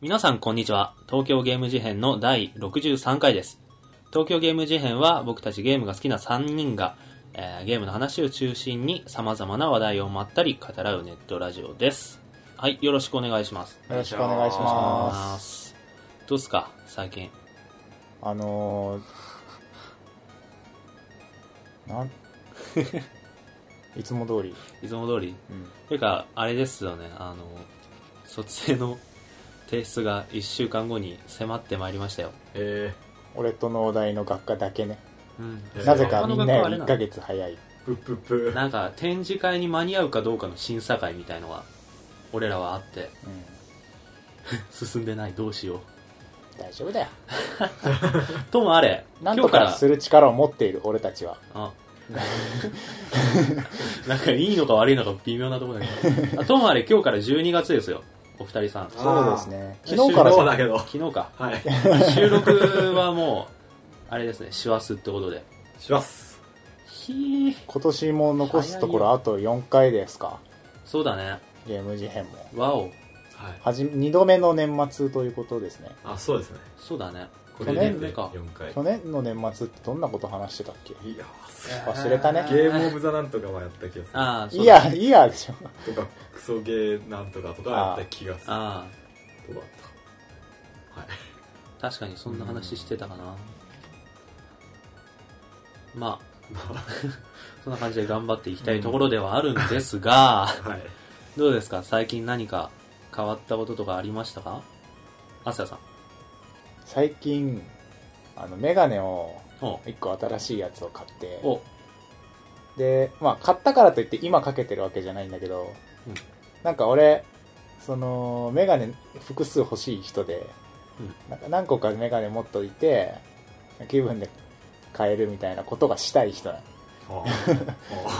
皆さんこんにちは。東京ゲーム事変の第63回です。東京ゲーム事変は僕たちゲームが好きな3人が、えーゲームの話を中心に様々な話題をまったり語らうネットラジオです。はい、よろしくお願いします。よろしくお願いしまあす。ーどうっすか最近。あのー、なんいつも通り、いつも通り。うんというか、あれですよね、あの、卒生の提出が1週間後に迫ってまいりましたよ。え俺と農大の学科だけね、うんえーなぜか他のみん学な科はあよりれ1なヶ月早いー、ぷっぷっぷ。なんか展示会に間に合うかどうかの審査会みたいのが俺らはあってうん、進んでないどうしよ大丈夫だようともあれなん今と日かからする力を持っている俺たちはあ なんかいいのか悪いのか微妙なところだけどあともあれ今日から12月ですよお二人さんあそうーですねあー昨日からじそうゃんだけど。昨日かはい。収録はもうあれですね師走ってことでします。ひー今年も残すとこ早いよろあと4回ですかそうだねゲーム事変もわおはい。はじ2度目の年末ということですねあ、そうですね。そうだねこ去れ年で目か4回。去年の年末ってどんなこと話してたっけいやーす忘れたねげえゲームオブザなんとかはやった気がすああそういだやいやでしょる。とか、クソゲーなんとかとかやった気がする。あどうだったはい。あ確かにそんな話してたかなま あまそんな感じで頑張っていきたいところではあるんですが、 あ、はい。どうですか最近何か変わったこととかありましたかアスヤさん。最近あのメガネをお1個新しいやつを買っておでまあ買ったからといって今かけてるわけじゃないんだけど、うんなんか俺そのメガネ複数欲しい人で、うんなんか何個かメガネ持っといて気分で買えるみたいなことがしたい人なのは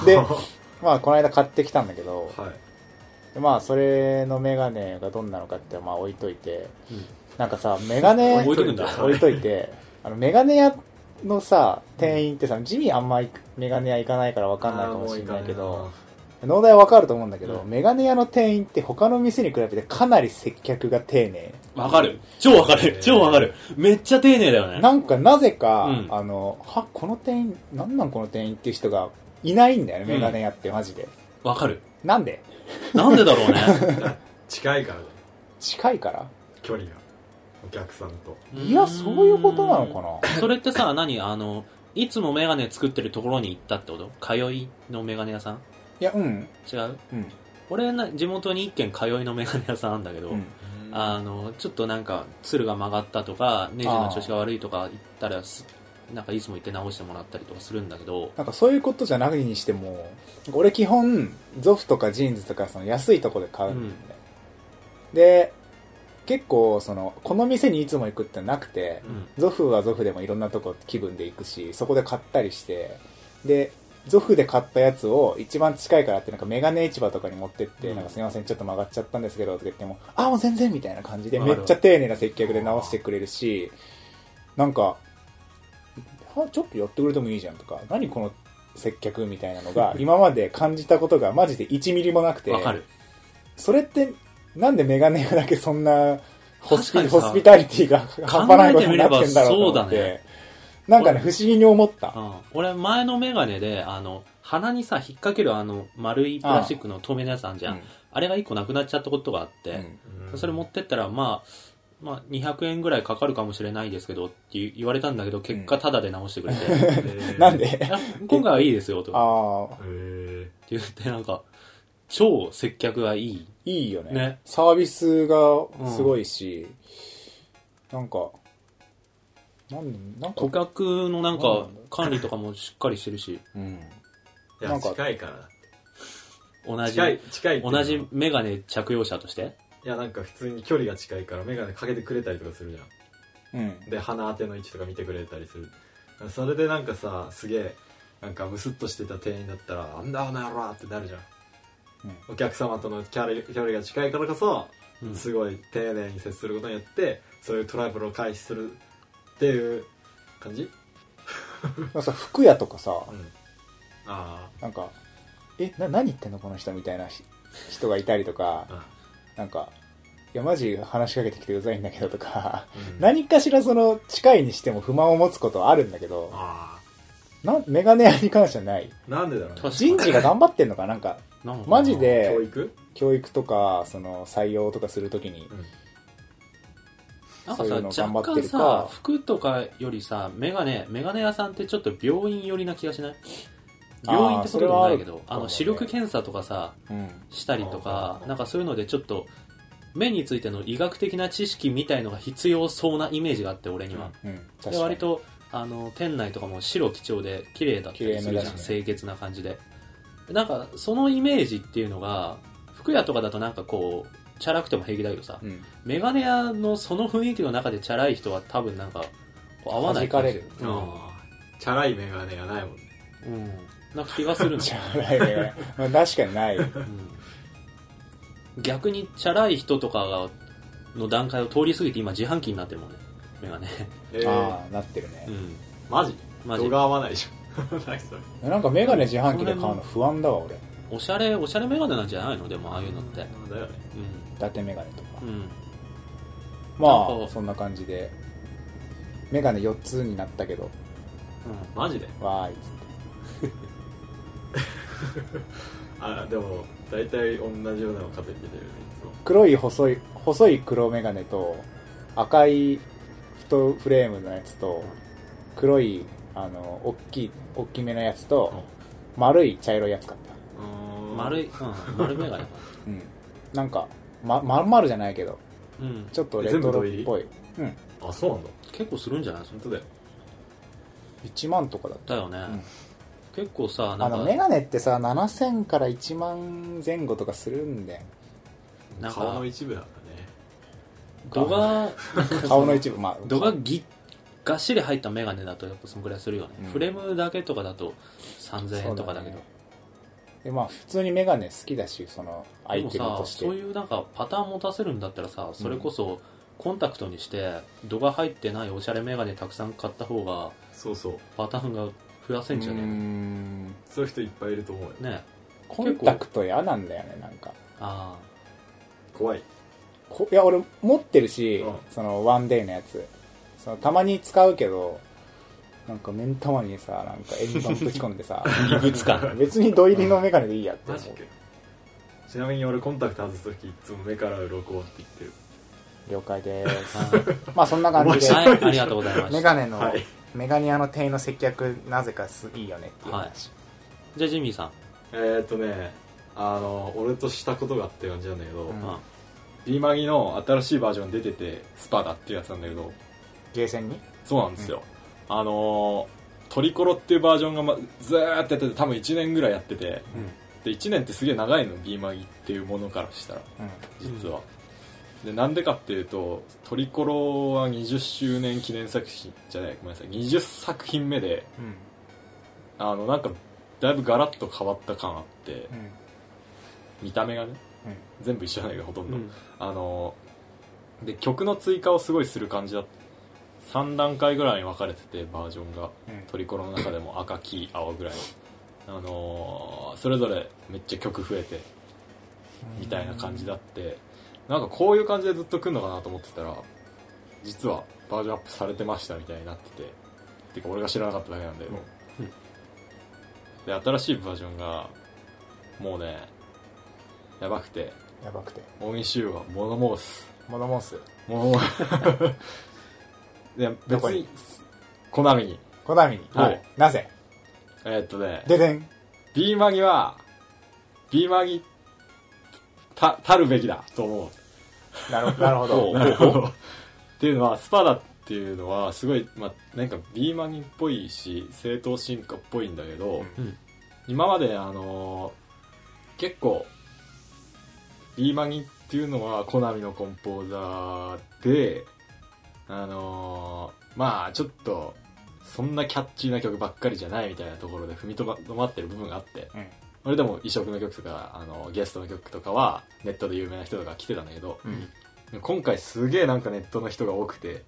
あではまあこの間買ってきたんだけど、あはい。でまあそれのメガネがどんなのかってまあ置いといてうんなんかさメガネ置いとくんだ置いといて、あの、メガネ屋のさ、店員ってさ、地味あんまりメガネ屋行かないから分かんないかもしれないけど、農大は分かると思うんだけど、うメガネ屋の店員って他の店に比べてかなり接客が丁寧。わかる超わかえるー超わかるめっちゃ丁寧だよね。なんかなぜか、うんあの、は、この店員、なんなんこの店員っていう人がいないんだよね、うんメガネ屋ってマジで。わかる。なんでなんでだろう もうね。いいかな近いからね、近いから距離が。お客さんと。いや、そういうことなのかななそれってさ、何あの、いつもメガネ作ってるところに行ったってこと通いのメガネ屋さんいや、うん、違ううん、俺な、地元に一軒通いのメガネ屋さんあんだけど、うん。あのちょっとなんか鶴が曲がったとかネジの調子が悪いとか言ったらすなんかいつも行って直してもらったりとかするんだけどなんかそういうことじゃないにしても、俺基本、ゾフとかジーンズとかその安いとこで買うんだよ、で、結構その、この店にいつも行くってなくて、うんゾフはゾフでもいろんなとこ気分で行くし、そこで買ったりして、で、ゾフで買ったやつを一番近いからってなんかメガネ市場とかに持ってって、うんなんかすいません、ちょっと曲がっちゃったんですけどとか言っても、あ、もう全然みたいな感じで、わかめるっちゃ丁寧な接客で直してくれるし、なんか、あちょっと寄ってくれてもいいじゃんとか、何この接客みたいなの が、今まで感じたことがマジで1ミリもなくて、わかるそれって、なんでメガネ屋だけそんなホス確ピかにさホスピタリティが半端ないことになってんだろうと思っ考えてみれて、なんかね、不思議に思ったう。ん俺前のメガネであの鼻にさ引っ掛けるあの丸いプラスチックの透明なやつあんじゃんあ,、れが一個なくなっちゃったことがあって、うんうんそれ持ってったらまあまあ、200円ぐらいかかるかもしれないですけどって言われたんだけど、結果タダで直してくれて、 えうんーなんであ今回はいいですよとかああ、えっーて言って、なんか、超接客がいい。いいよねねサービスがすごいし、なんか、なんなん顧か、客のなんそうかなんだ管理とかもしっかりしてるし、うん、いなや、んか近いからだって。同じ近い、近いっていうの同はじメガネ着用者としていやなんか普通に距離が近いから眼鏡かけてくれたりとかするじゃうんんで鼻当ての位置とか見てくれたりするそれでなんかさすげえなんかムスッとしてた店員だったら「あんだあの野郎!」ってなるじゃん、お客様とのキャリ距離が近いからこそ、うんすごい丁寧に接することによってそういうトラブルを回避するっていう感じ、なんかさ、服屋とかさ、うん、あなんか、え、な、何言ってんのこの人みたいなひ人がいたりとかー、あなんか、やマジ話しかけてきてうざいんだけどとかうん何かしらその近いにしても不満を持つことはあるんだけどあなメガネ屋に関してはないあなんでだろうね確人事が頑張ってんのかなんかなのかなマジで教育教育とかその採用とかするときになんかそういうのさ頑若張って干るかさ服とかよりさメガネメガネ屋さんってちょっと病院寄りな気がしないあー病院ってことでもないけそれはどあるあの視力検査とかさうんしたりとあーあかーあーなんかそういうのでちょっと目についての医学的な知識みたいのが必要そうなイメージがあって俺には、うん確かでに割とあの店内とかも白基調で綺麗だったりするじゃん、綺麗めだしね清潔な感じでなんかそのイメージっていうのが服屋とかだとなんかこうチャラくても平気だけどさ、うんメガネ屋のその雰囲気の中でチャラい人は多分なんかこう合わない弾かれるううんん、チャラいメガネがないもんねうんなんか気がす るの、チャラいメガネまあ確かにないうん逆にチャラい人とかがの段階を通り過ぎて今自販機になってるもんねメ ガネえー、ああなってるねう、んマジマジ度が合わないでしょ 何それなんかメガネ自販機で買うの不安だわ俺おしゃれおしゃれメガネなんじゃないのでもああいうのってだよねう伊達メガネとか、んうんなんまあかそんな感じでメガネ4つになったけどマジでわーいっつってあでも大体同じようなの買ってきてるよねいつも黒い細い細い黒メガネと赤い太フレームのやつと黒いあの大きい大きめのやつと丸い茶色いやつ買ったうん丸い、うん、丸メガネかうんなんか、ま、まん丸じゃないけどうんちょっとレトロっぽいうんあそうなんだ結構するんじゃないそれ本当だよ1万とかだっだよね、ん結構さたなあんかのメガネってさ7000から1万前後とかするんでなんか顔の一部なんだね度が顔の一部まあ度がぎがっしり入ったメガネだとやっぱそんくらいするよね、うんフレームだけとかだと3000円とかだけどそうねでまあ普通にメガネ好きだしそのアでイもテムさとしてそういうなんかパターン持たせるんだったらさそれこそコンタクトにして度が入ってないおしゃれメガネたくさん買った方がそうそうパターンが増やせんじゃうーねんそういう人いっぱいいると思うよえねコンタクト嫌なんだよねなんかあ怖いこいや俺持ってるし、うんそのワンデイのやつそのたまに使うけどなんか目ん玉にさなんか円盤ぶち込んで さあ異物感別に土入りのメガネでいいやってマ思ジかよちなみに俺コンタクト外す時いつも目から鱗って言ってるう了解であす はまあそんな感じい、ではい、ありがとうございまメしガたネの、はいメガネ屋の店員の接客なぜかすいいよねっていう話、じゃあジミーさん、えー、っとねあの俺としたことがあって感じなんだけど、ううんん B マギの新しいバージョン出ててスパだっていうやつなんだけどゲーセンにそうなんですよ、あのートリコロっていうバージョンが、ま、ずーっとやってて多分1年ぐらいやっててで1年ってすげえ長いの B マギっていうものからしたらうん実は、でなんでかっていうとトリコロは20周年記念作品じゃないごめんなさい20作品目でうんあのなんかだいぶガラッと変わった感あってうん見た目がねうん全部一緒じゃないかほとんうど、んあので曲の追加をすごいする感じだ3段階ぐらいに分かれててバージョンがうんトリコロの中でも赤黄青ぐらいあのーそれぞれめっちゃ曲増えてみたいな感じだってなんかこういう感じでずっと来るのかなと思ってたら実はバージョンアップされてましたみたいになってててか俺が知らなかっただけなんだけどうんで新しいバージョンがもうねやばくてやばくて大西優は物申す物申す物申すいやどこ別ににコナミにコナミに、はいなぜえーっとねででん B マギは B マギたたるべきだと思うなるなるほ どなるほど。っていうのは、スパダっていうのは、すごい、まあ、なんか B マギっぽいし、正当進化っぽいんだけど、うん今まで、あのー結構、B マギっていうのは、コナミのコンポーザーで、あのーまあ、ちょっと、そんなキャッチーな曲ばっかりじゃないみたいなところで踏みとま止まってる部分があって、うん俺でも異色の曲とか、あの、ゲストの曲とかは、ネットで有名な人とか来てたんだけど、うん今回すげえなんかネットの人が多くて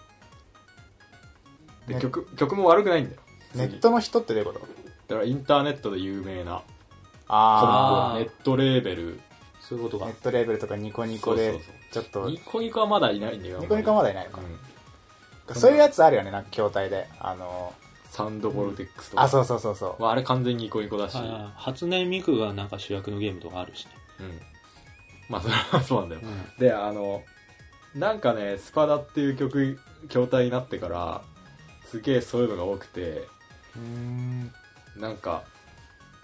でね曲曲も悪くないんだよネットの人ってどういうことだからインターネットで有名なああーネットレーベルそういうことネがッ。トレーベルとかニコニコでそうそうちょっとニコニコはまだいないんだよニコニコはまだいないのうか、んそういうやつあるよねなんか筐体であのサンドボルテックスとかあそうそうそうそうまああれ完全にニコニコだし、あー初音ミクがなんか主役のゲームとかあるしね。うんまあそれはそうなんだよであのなんかね「スパダ」っていう曲筐体になってからすげえそういうのが多くてうーんなんか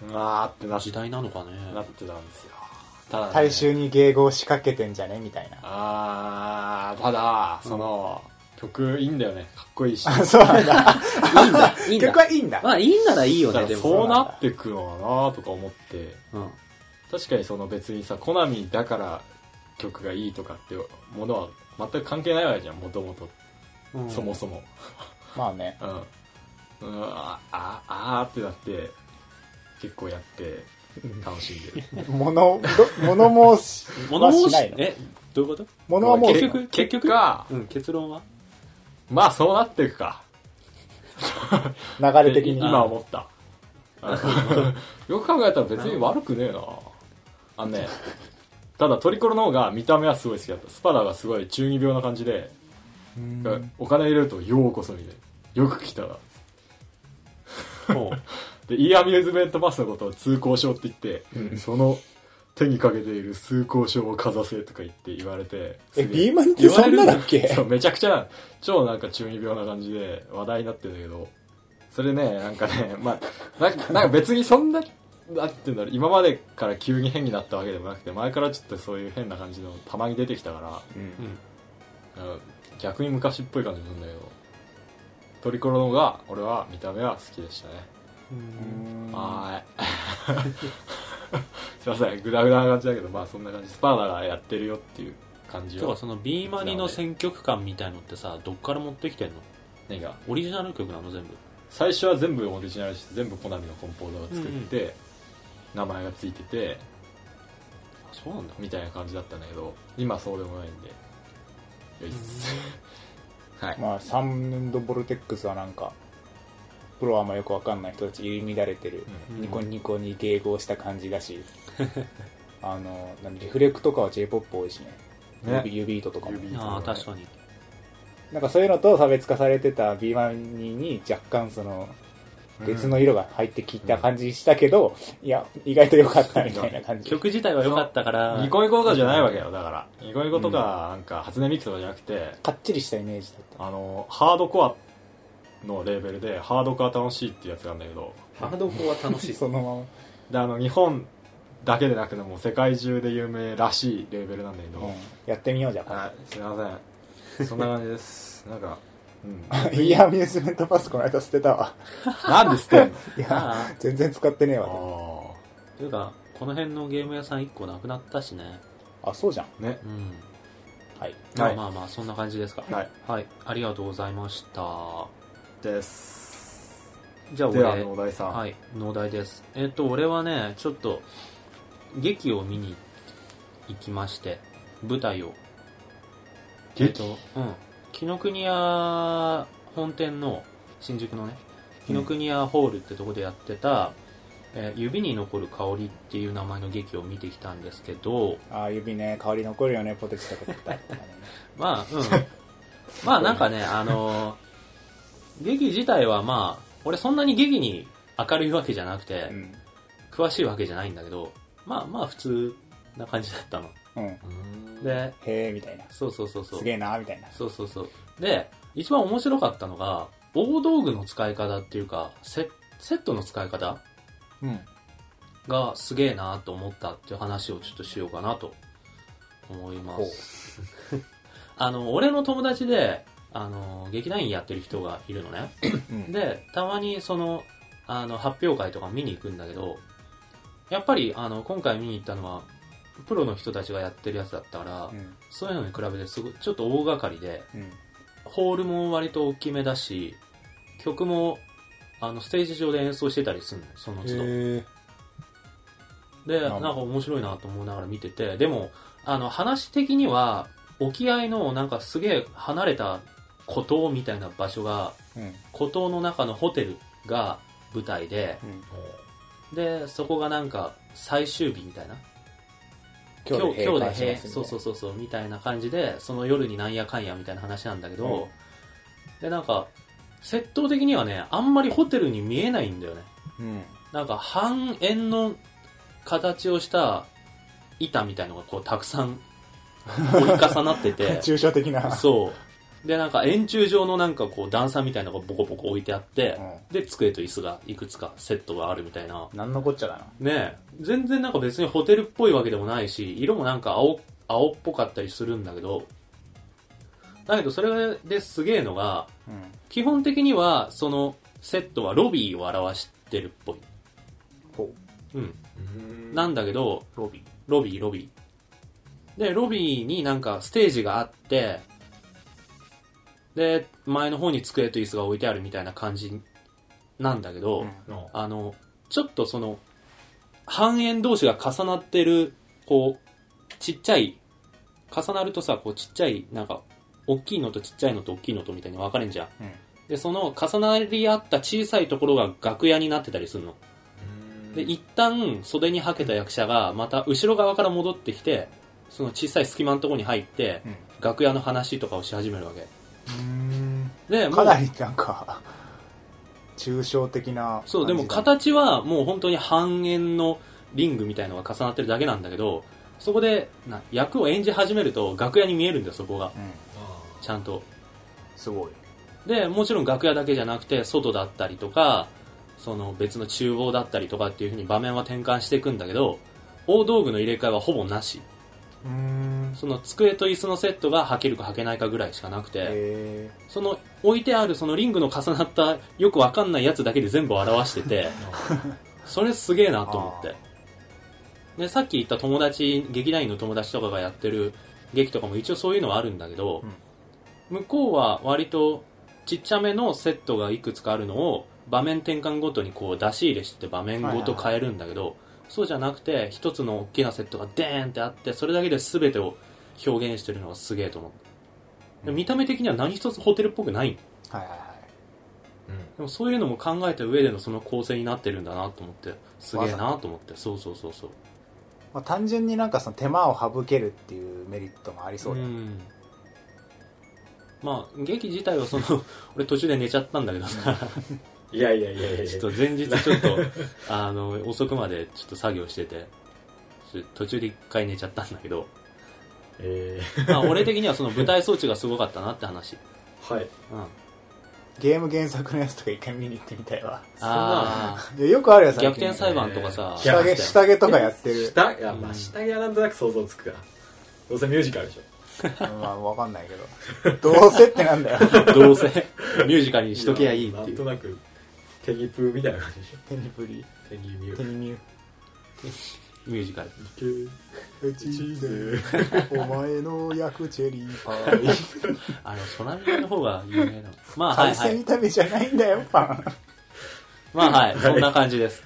うわーってなっ時代なのかね。なってたんですよただ、ね、大衆に迎合仕掛けてんじゃねみたいなあーただその、曲いいんだよねかっこいいしあ そうなんだいいんだ、いいんだ曲。はいいんだ、まあいいんならいいよだかね、らでも。そうなってくのかなとか思ってうん。確かにその別にさコナミだから曲がいいとかってものは全く関係ないわけじゃんもともとうんそもそもまあねうん、うん、あああーってなって結構やって楽しんでる物ど物申し 物は申しないしの、え、どういうこと物はもう結局、結局かうん、結論はまあそうなっていくか流れ的に今思った よく考えたら別に悪くねえなあのねただトリコロの方が見た目はすごい好きだったスパダがすごい中二病な感じで、うんお金入れるとようこそみたいなよく来たらもで e アミューズメントバスのことを通行証って言って、その手にかけている通行証をかざせとか言って言われてえすげえビーマンってそんなだっけ言われるそうめちゃくちゃ超なんか中二病な感じで話題になってるんだけどそれねなんかね まあなんかなんか別にそんななんて言うんだろう今までから急に変になったわけでもなくて前からちょっとそういう変な感じのたまに出てきたからう、うん。うん逆に昔っぽい感じなんだけどトリコロの方が俺は見た目は好きでしたねうんはーい。 すいません、グダグダな感じだけど、まあそんな感じ。スパーナがやってるよっていう感じてかは。そのビーマニの選曲感みたいのってさどっから持ってきてんの何がオリジナル曲なの全部最初は全部オリジナルして、全部コナミのコンポーザーを作って、名前がついてて、あそうなんだみたいな感じだったんだけど、今そうでもないんで。よいっす。 はい。まあサンドボルテックスはなんかプロはあんまよくわかんない人たち入り乱れてる、うんニコニコに迎合した感じだし あのなんリフレクとかは j p o p 多いしねね指指糸とかも指ああ確かになんかそういうのと差別化されてたビーマニに若干その別の色が入ってきた感じしたけど、いや意外と良かったみたいな感じ曲自体は良かったからニコニコとかじゃないわけよ、だから。ニコニコとか、なんか、初音ミクとかじゃなくて、かっちりしたイメージだったあの、ハードコアのレーベルで、ハードコア楽しいっていうやつがあるんだけど、ハードコア楽しい そのままであの日本だけでなくてもう世界中で有名らしいレーベルなんだけど、うんやってみようじゃんはいすいませんそんな感じですなんか うんいやアミューズメントパスこの間捨てたわなんで捨てんのいやあ全然使ってねえわああというかこの辺のゲーム屋さん1個なくなったしねあそうじゃんあねうんはいまはあいまあまあそんな感じですかはいはいありがとうございましたですじゃあではあ俺のお題さん、はい農大ですえっ、と俺はねちょっと劇を見に行きまして舞台をえっ劇と、うん。紀ノ国屋本店の、新宿のね、紀ノ国屋ホールってとこでやってた、えー指に残る香りっていう名前の劇を見てきたんですけど、あー指ね香り残るよねポテチとか食ったらねまあ、うん。まあなんかね、あのー劇自体はまあ、俺そんなに劇に明るいわけじゃなくて、詳しいわけじゃないんだけど、まあまあ普通な感じだったの。うんうんへで、えみたいなそうそうそうそう。すげえなみたいなそうそうそう。で、一番面白かったのが、大道具の使い方っていうか、セセットの使い方うんがすげえなと思ったっていう話をちょっとしようかなと思います。あの、俺の友達で、あの、劇団員やってる人がいるのね。うんで、たまにその、あの、発表会とか見に行くんだけど、やっぱり、あの、今回見に行ったのは、プロの人たちがやってるやつだったから、うんそういうのに比べてすごい、ちょっと大掛かりで、うんホールも割と大きめだし、曲も、あの、ステージ上で演奏してたりするの、その都度。へで、ななんんか面白いなと思いながら見てて、でも、あの、話的には、沖合のなんかすげえ離れた孤島みたいな場所が、えうん孤島の中のホテルが舞台で、うんで、そこがなんか最終日みたいな今今日日で今閉日で館閉しますみたいなそうそうそうそうみたいな感じでその夜になんやかんやみたいな話なんだけど、でなんか窃盗的にはねあんまりホテルに見えないんだよねうんなんか半円の形をした板みたいのがこうたくさん折り重な ってて抽象的なそうでなんか円柱状のなんかこう段差みたいのがボコボコ置いてあって、で机と椅子がいくつかセットがあるみたいななんのこっちゃだなねえ全然なんか別にホテルっぽいわけでもないし色もなんか青青っぽかったりするんだけどだけどそれですげえのがうん基本的にはそのセットはロビーを表してるっぽい、ほうん、うんなんだけどうロビロビーロビーでロビーになんかステージがあってで前の方に机と椅子が置いてあるみたいな感じなんだけど、のあの、ちょっとその、半円同士が重なってる、こう、ちっちゃい、重なるとさ、こうちっちゃい、なんか、大きいのとちっちゃいのと大きいのとみたいに分かれんじゃん。うんで、その重なり合った小さいところが楽屋になってたりするの。で、一旦袖にはけた役者が、また後ろ側から戻ってきて、その小さい隙間のところに入って、楽屋の話とかをし始めるわけ。うんで、もかうなりなんか抽象的なそう、でも感じだ形はもう本当に半円のリングみたいのが重なってるだけなんだけど、そこでな役を演じ始めると楽屋に見えるんだよ、そこが。うんちゃんと。すごいで、もちろん楽屋だけじゃなくて、外だったりとか、その別の厨房だったりとかっていう風に場面は転換していくんだけど、大道具の入れ替えはほぼなし。うんその机と椅子のセットが履けるか履けないかぐらいしかなくて、へその置いてあるそのリングの重なったよくわかんないやつだけで全部表して て、それすげえなと思ってでさっき言った友達劇団員の友達とかがやってる劇とかも一応そういうのはあるんだけど、向こうは割とちっちゃめのセットがいくつかあるのを場面転換ごとにこう出し入れして場面ごと変えるんだけど、そうじゃなくて一つの大きなセットがデーンってあってそれだけで全てを表現してるのがすげえと思うで見た目的には何一つホテルっぽくないーはいはいはいでもそういうのも考えた上でのその構成になってるんだなと思ってすげえなと思ってそうそうそうそうまあ、単純になんかその手間を省けるっていうメリットもありそうだよね、んまあ劇自体はその 俺途中で寝ちゃったんだけどさいやいやいやいやちょっと前日ちょっとあの遅くまでちょっと作業しててちょっと途中で一回寝ちゃったんだけどえまあ俺的にはその舞台装置がすごかったなって話ーはいうんゲーム原作のやつとか一回見に行ってみたいわあいやよくあるやつ逆転裁判とかさえー下やって着たよ下着とかやってる下いやまうあん下着はなんとなく想像つくかどうせミュージカルでしょまあわかんないけどどうせってなんだよ どうせミュージカルにしとけやいいっていなんうとなくテニプーみたいな感じでし手にプリょテニミュ手ーにミュミュージカルうチーズお前の役チェリーパイあのソナミの方が有名なのまあ はい海はい鮮炒めじゃないんだよパンまあはい、そんな感じです。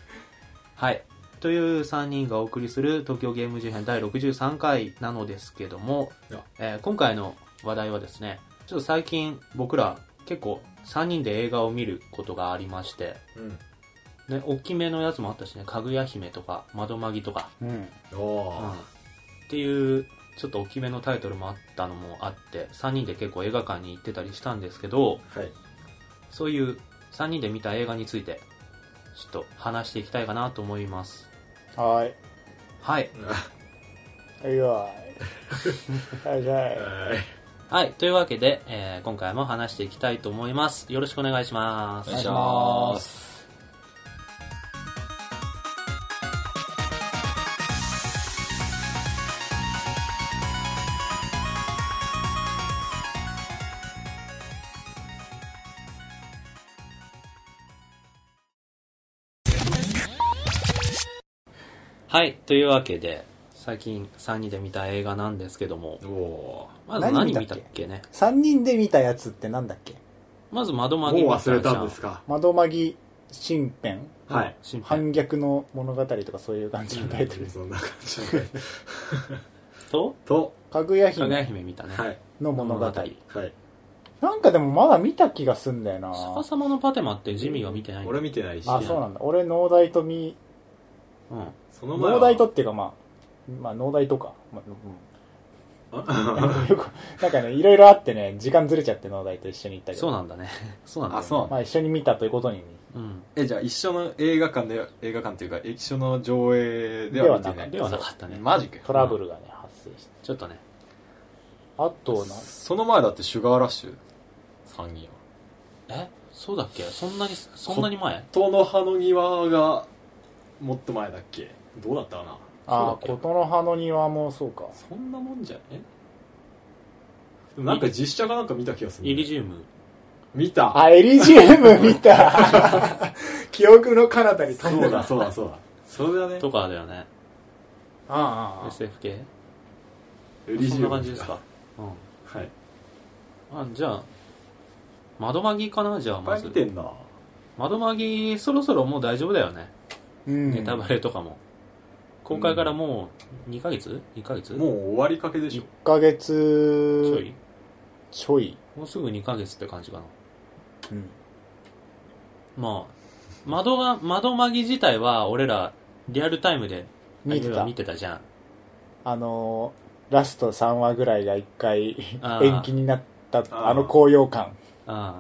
はい。という3人がお送りする東京ゲーム事変第63回なのですけどもいや、えー今回の話題はですね、ちょっと最近僕ら結構3人で映画を見ることがありまして、うんね、大きめのやつもあったしね、かぐや姫とか、窓まぎとか、うんおうん、っーていう、ちょっと大きめのタイトルもあったのもあって、3人で結構映画館に行ってたりしたんですけど、はいそういう3人で見た映画について、ちょっと話していきたいかなと思います。はーいはい。はいはーいはいははい。というわけで、えー今回も話していきたいと思います。よろしくお願いします。お願いしますはい。というわけで、最近3人で見た映画なんですけども、おおまず何何見見たたっっけね。 3人で見たやつってなんだっけまず窓ーもまうぎ見忘れたんですか窓まぎ新編はいじゃん。はい。反逆の物語とかそういう感じのタイトルそんな感じでと、とかぐやかぐや姫姫見たね。はいの物語。はいなんかでもまだ見た気がすんだよな。逆さまのパテマってジミーは見てないんだ俺見てないしあ、そうなんだ。俺、農大と見、うん。その前は農大とっていうかままあ農大とか、まああ うんよくなんかねいろいろあってね時間ずれちゃって農大と一緒に行ったけどそうなんだね。 そうなんだ、ね。あそうなんだまあ、一緒に見たということにうん。えじゃあ一緒の映画館で映画館というか一緒の上映でではは見てななかいではなかったね。マジかよトラブルがね発生してちょっとね。あとなその前だってシュガーラッシュ参議院はえそうだっけそんなに、そんなに前琴の葉の庭がもっと前だっけどうだったかなああそうだっけ琴の葉の庭もそうかそんなもんじゃねでもなんか実写かなんか見た気がする、イリジウム。見たあエリジウム見た記憶の彼方に飛んそでうた だそうだそうだそれだねとかだよね。ああああ SF 系エリジウムそんな感じですか。うん。はいいっあ、じゃあ、窓マギかなじゃあ、まぱいず見。てんな窓マギ、そろそろもう大丈夫だよね。うんネタバレとかも。公開からもう2ヶ月 ?2 ヶ月もう終わりかけでしょ1ちょヶ月いちょい、もうすぐ2ヶ月って感じかな。うん、まあ、窓が、窓マギ自体は俺ら、リアルタイムで見てた見てたじゃん。あのーラスト3話ぐらいが1回あー延期になったーあの高揚感うん。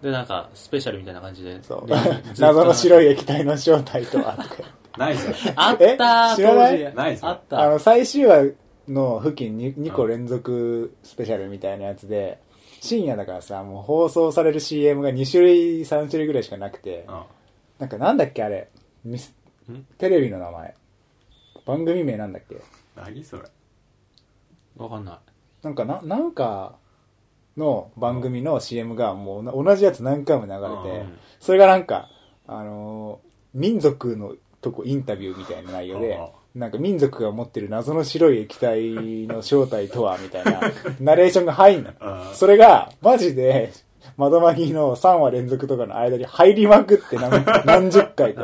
で、なんか、スペシャルみたいな感じで。そうで 謎のい。白い液体の正体と はとかないぞあったーえ知らない当時ないぞあっあた。の最終話の付近に2個連続スペシャルみたいなやつで深夜だからさもう放送される CM が2種類3種類ぐらいしかなくてうんなんかなんだっけあれミスんテレビの名前番組名なんだっけ何それわかんない。なんかな、なんかの番組の CM がもうな同じやつ何回も流れうてん、それがなんか、あのー民族のとこインタビューみたいな内容で、なんか民族が持ってる謎の白い液体の正体とはみたい なナレーションが入んの。あそれが、マジで、窓マギの3話連続とかの間に入りまくって 何何十回と。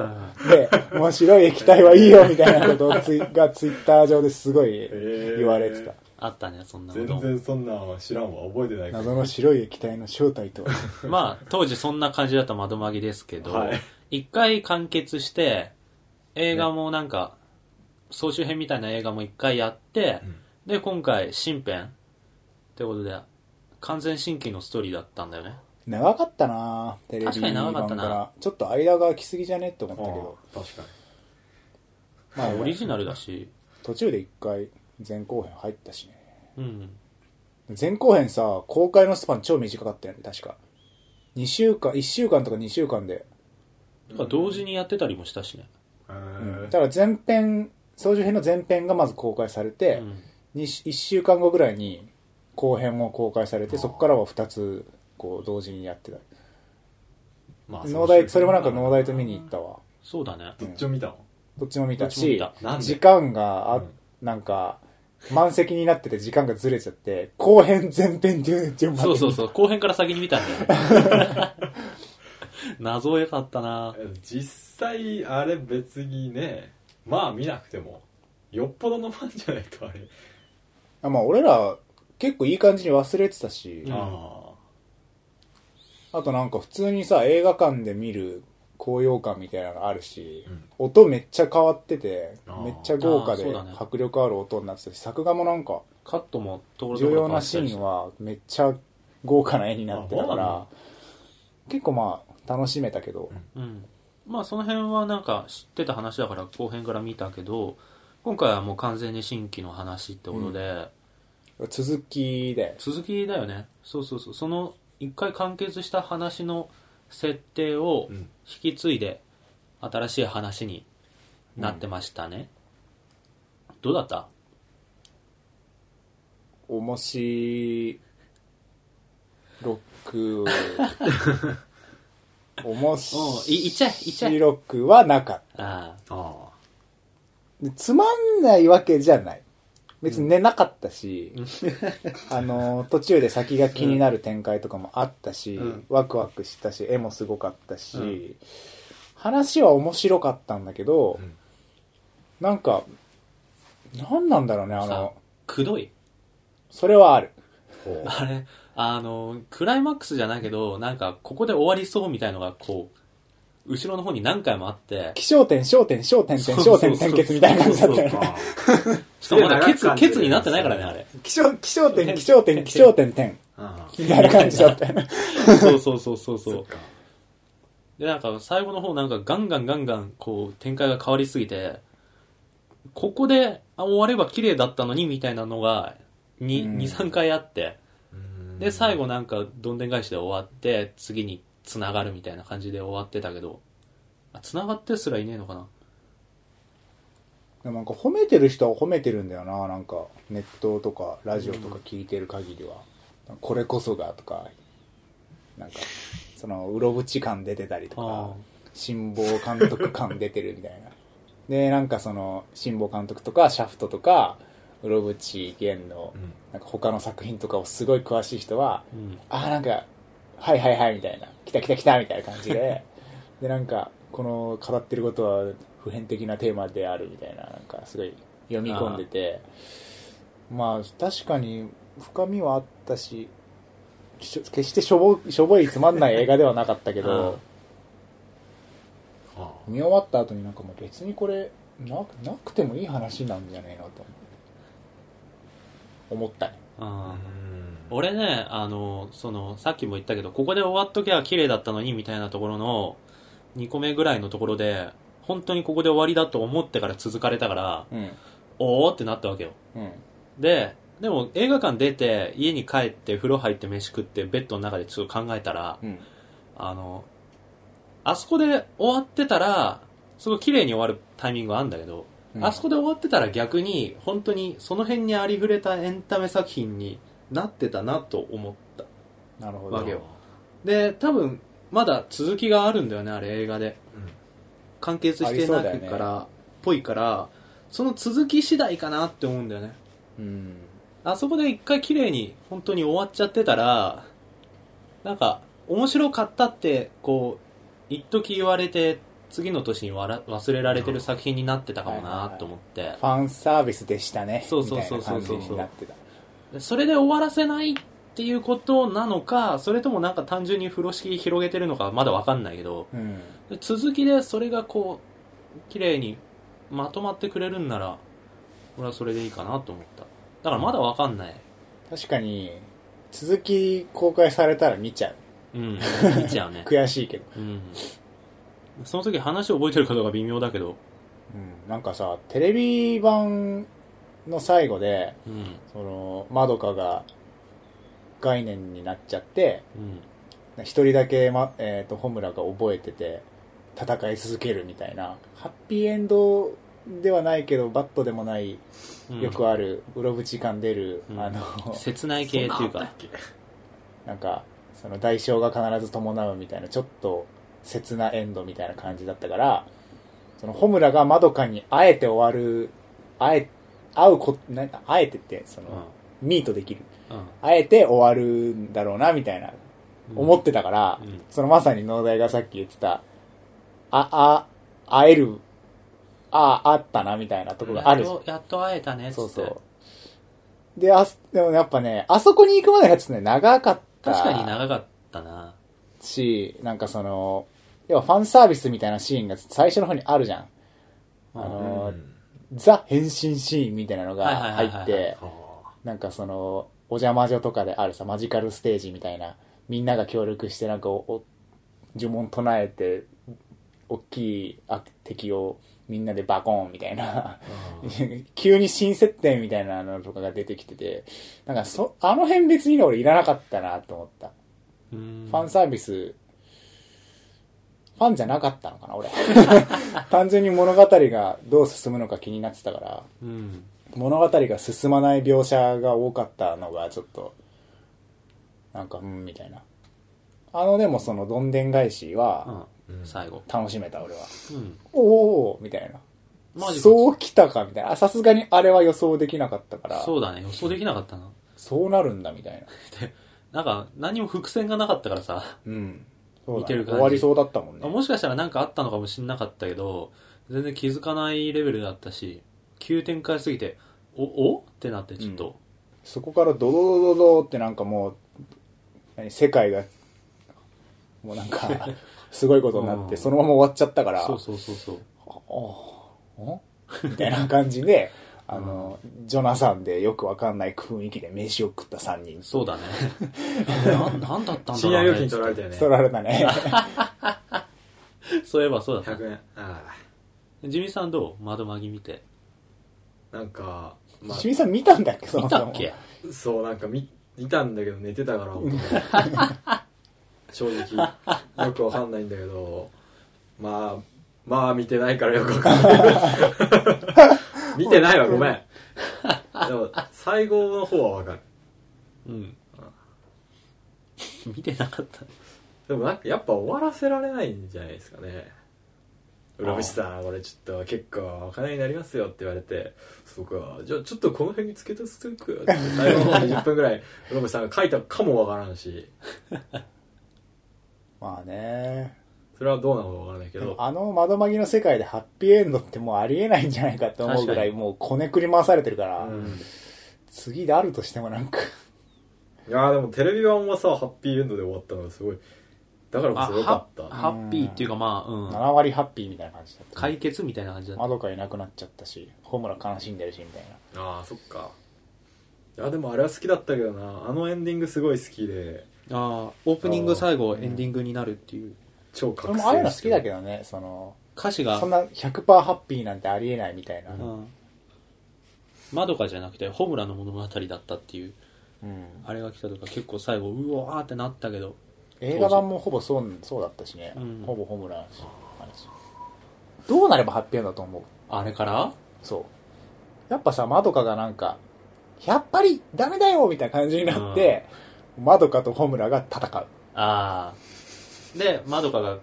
で、面白い液体はいいよみたいなことをツイがツイッター上ですごい言われてた。あったね、そんなこ全とも。然そんなんは知らんわ覚えてないから謎の白い液体の正体 とは。 まあ、当時そんな感じだった窓マギですけど、はい一回完結して、映画もなんか、総集編みたいな映画も一回やって、で、今回、新編ってことで、完全新規のストーリーだったんだよね。長かったなぁテレビ確かに長かったな版らちょっと間が空きすぎじゃねって思ったけど。ああ確かにまあ、オリジナルだし、途中で一回前後編入ったしね。うん。前後編さ、公開のスパン超短かったよね、確か。2週間、1週間とか2週間で。なんか同時にやってたりもしたしね。へうんーだから前編、総集編の前編がまず公開されうて、ん。に1週間後ぐらいに後編も公開されて、そこからは2つ、こう、同時にやってた。まあ農大、それもなんか農大と見に行ったわ。そうだね。どっちを見たのどっちも見たどっちも見し、たなんで時間が、あ、うんなんか、満席になってて時間がずれちゃって、後編前編っていう順番そうそうう。そう、後編から先に見たんだよ。 謎よかったなえ実際あれ別にねまあ見なくてもよっぽどのファンじゃないとあれ、あまあ俺ら、結構いい感じに忘れてたし、うんああとなんか普通にさ、映画館で見る高揚感みたいなのあるし、うん音めっちゃ変わっててあ、ーめっちゃ豪華であーそうだね迫力ある音になってたし、作画もなんか、カットもところど重ころ要なシーンはめっちゃ豪華な絵になってたかあら、結構まあ楽しめたけど、うん。まあその辺はなんか知ってた話だから後編から見たけど、今回はもう完全に新規の話ってことで、続きで、続きだよね。そうそうそう。その一回完結した話の設定をうん引き継いで新しい話になってましたね。どうだったおも しろくおもしうんいいっちゃえいっちゃえろくはなかっああ。ああたでつまんないわけじゃない別に寝なかったし、あの途中で先が気になる展開とかもあったし、うんワクワクしたし絵もすごかったし、うん話は面白かったんだけど、うんなんか何なんだろうねあさのくどい。それはあるほあれ、あの、クライマックスじゃないけど、なんか、ここで終わりそうみたいのが、こう、後ろの方に何回もあって、気象点、焦点、焦点、点、焦点、点結みたいな感じだったよね。しかもまだケツ、ケツになってないからね、あれ。気象、気象点、気象点、気象点、点。みたいな感じだったよね。そうそうそうそうそそうう。か。 で、なんか最後の方なんかガンガンガンガンこう展開が変わりすぎて、ここであ終われば綺麗だったのにみたいなのが2、うん2、3回あって、うんで、最後なんかどんでん返しで終わって、次に繋がるみたいな感じで終わってたけど、あ繋がってすらいねえのかな でもなんか褒めてる人は褒めてるんだよな。なんか、ネットとかラジオとか聞いてる限りは。これこそがとか、なんか、その、うろぶち感出てたりとあか、辛抱監督感出てるみたいな。で、なんかその、辛抱監督とか、シャフトとか、うろぶち源のう、んなんか他の作品とかをすごい詳しい人は、うん。あーなんか、はいはいはいみたいな、来た来た来たみたいな感 じで、で、なんか、この語ってることは普遍的なテーマであるみたいな、なんかすごい読み込んでて、まあ確かに深みはあったし、しょ決してしょぼしょぼいつまんない映画ではなかった けど、あ見終わった後になんかもう別にこれな、なくてもいい話なんじゃねえのと思ったね。あーー俺ね、あの、その、さっきも言ったけど、ここで終わっときゃ綺麗だったのに、みたいなところの、2個目ぐらいのところで、本当にここで終わりだと思ってから続かれたから、うん。おーってなったわけよ。うん。で、でも映画館出て、家に帰って、風呂入って、飯食って、ベッドの中でちょっと考えたら、うん。あの、あそこで終わってたら、すごい綺麗に終わるタイミングはあるんだけど、あそこで終わってたら逆に、本当にその辺にありふれたエンタメ作品になってたなと思った。なるほわけど。よで多分まだ続きがあるんだよねあれ映画でうん完結してなありいそうかだら、ぽいからその続き次第かなって思うんだよねうん。あそこで一回綺麗に本当に終わっちゃってたらなんか面白かったってこう一時言われて次の年にわら忘れられてる作品になってたかもなと思って、ファンサービスでしたね。そうそうそうそうそうみたいな感じになってた。それで終わらせないっていうことなのかそれともなんか単純に風呂敷広げてるのかまだわかんないけど、うん。で続きでそれがこう綺麗にまとまってくれるんなら俺はそれでいいかなと思っただからまだわかんない確かに、続き公開されたら見ちゃうう。ん見ちゃうね、悔しいけど。うん、その時話を覚えてるかどうか微妙だけどうん。なんかさ、テレビ版の最後で、うんその、まどかが概念になっちゃって、うん一人だけ、ま、えっ、と、ホムラが覚えてて、戦い続けるみたいな、ハッピーエンドではないけど、バットでもない、うんよくある、うろぶち感出る、うんあの、切ない系っていうかなんか、その代償が必ず伴うみたいな、ちょっと切なエンドみたいな感じだったから、その、ホムラがマドカにあえて終わる、あえ、会うこ、なんか、あえてって、その、ミートできる。うんうんあえて終わるんだろうな、みたいな、思ってたから、うんそのまさに農大がさっき言ってた、あ、あ、会える、あ、あったな、みたいなとこがあるじゃんやっとやっと会えたねっつってそうそう。で、あす、でもやっぱね、あそこに行くまでがちょっとね、長かった。確かに長かったなし、なんかその、要はファンサービスみたいなシーンが最初の方にあるじゃん。あの、ザ変身シーンみたいなのが入はいっはいはいはて、なんかその、お邪魔女とかであるさ、マジカルステージみたいな、みんなが協力してなんかお、お呪文唱えて、大きい悪敵をみんなでバコーンみたいな、 急に新接点みたいなのとかが出てきてて、なんかそ、あの辺別にね俺いらなかったなと思った。うんファンサービス、ファンじゃなかったのか な、俺。単純に物語がどう進むのか気になってたから、うん物語が進まない描写が多かったのが、ちょっと、なんか、うん、みたいな。あの、でもその、どんでん返しうは、ん最後楽しめた、俺は。うんおーみたいな。マジかそう来たか、みたいな。あさすがにあれは予想できなかったから、そうだね予想できなかったなそうなるんだ、みたいな。なんか何も伏線がなかったからさうん。そう見だてねる感じ終わりそうだったもんね。もしかしたらなんかあったのかもしれなかったけど、全然気づかないレベルだったし、急展開すぎて、お、おってなってちょっと、そこからドド ドドドってなんかもう、何世界が、もうなんか、すごいことになって、そのまま終わっちゃったから、そうそうそうそう。おみたいな感じで、あの、ジョナサンでよくわかんない雰囲気で飯を食った3人。そう だね。な、なんだったんだろう、ね。深夜料金取られたよね。取られたね。そういえばそうだっ100円。あた。ジミーさんどう窓マギ見て。あ。なんか、ま 清水さん見たんだっけそ見もたそっも。けあ、そう、なんか見、見たんだけど寝てたから、僕正直。よくわかんないんだけど、まあ、まあ見てないからよくわかんない。見てないわ、ごめん。でも、最後の方はわかる。うん。見てなかった。でもなんかやっぱ終わらせられないんじゃないですかね浦口さんこれちょっと結構お金になりますよって言われてそうかじゃあちょっとこの辺に付け足すとくよって最後の方に10分ぐらい 浦口さんが書いたかもわからんしまあね。それはどうなのかわからないけでもどあの窓マギの世界でハッピーエンドってもうありえないんじゃないかって思うぐら確いかもうこねくり回されてるから、うん次であるとしてもなんか、いやーでもテレビ版はさハッピーエンドで終わったのがすごいだからこそよかっハたハッピーっていうかまあ、うん。 7割ハッピーみたいな感じだった。解決みたいな感じだった。窓かいなくなっちゃったし、ホムラ悲しんでるしみたいな。ああそっかいやでもあれは好きだったけどなあのエンディングすごい好きでああ、オープニング最後エンディングになるっていう。超覚俺醒もああいうの好きだ どけどね、その、歌詞がそん、な100%ハッピーなんてありえないみたいな。う。うんまどかじゃなくて、ホムラの物語だったっていう、ん。あれが来たとか結構最後、うわーってなったけど、映画版もほぼそう、そうだったしね。うんほぼホムラの話。どうなればハッピーエンドだと思うあれからそう。やっぱさ、まどかがなんか、やっぱりダメだよみたいな感じになって、まどかとホムラが戦う。ああ。で、まどかが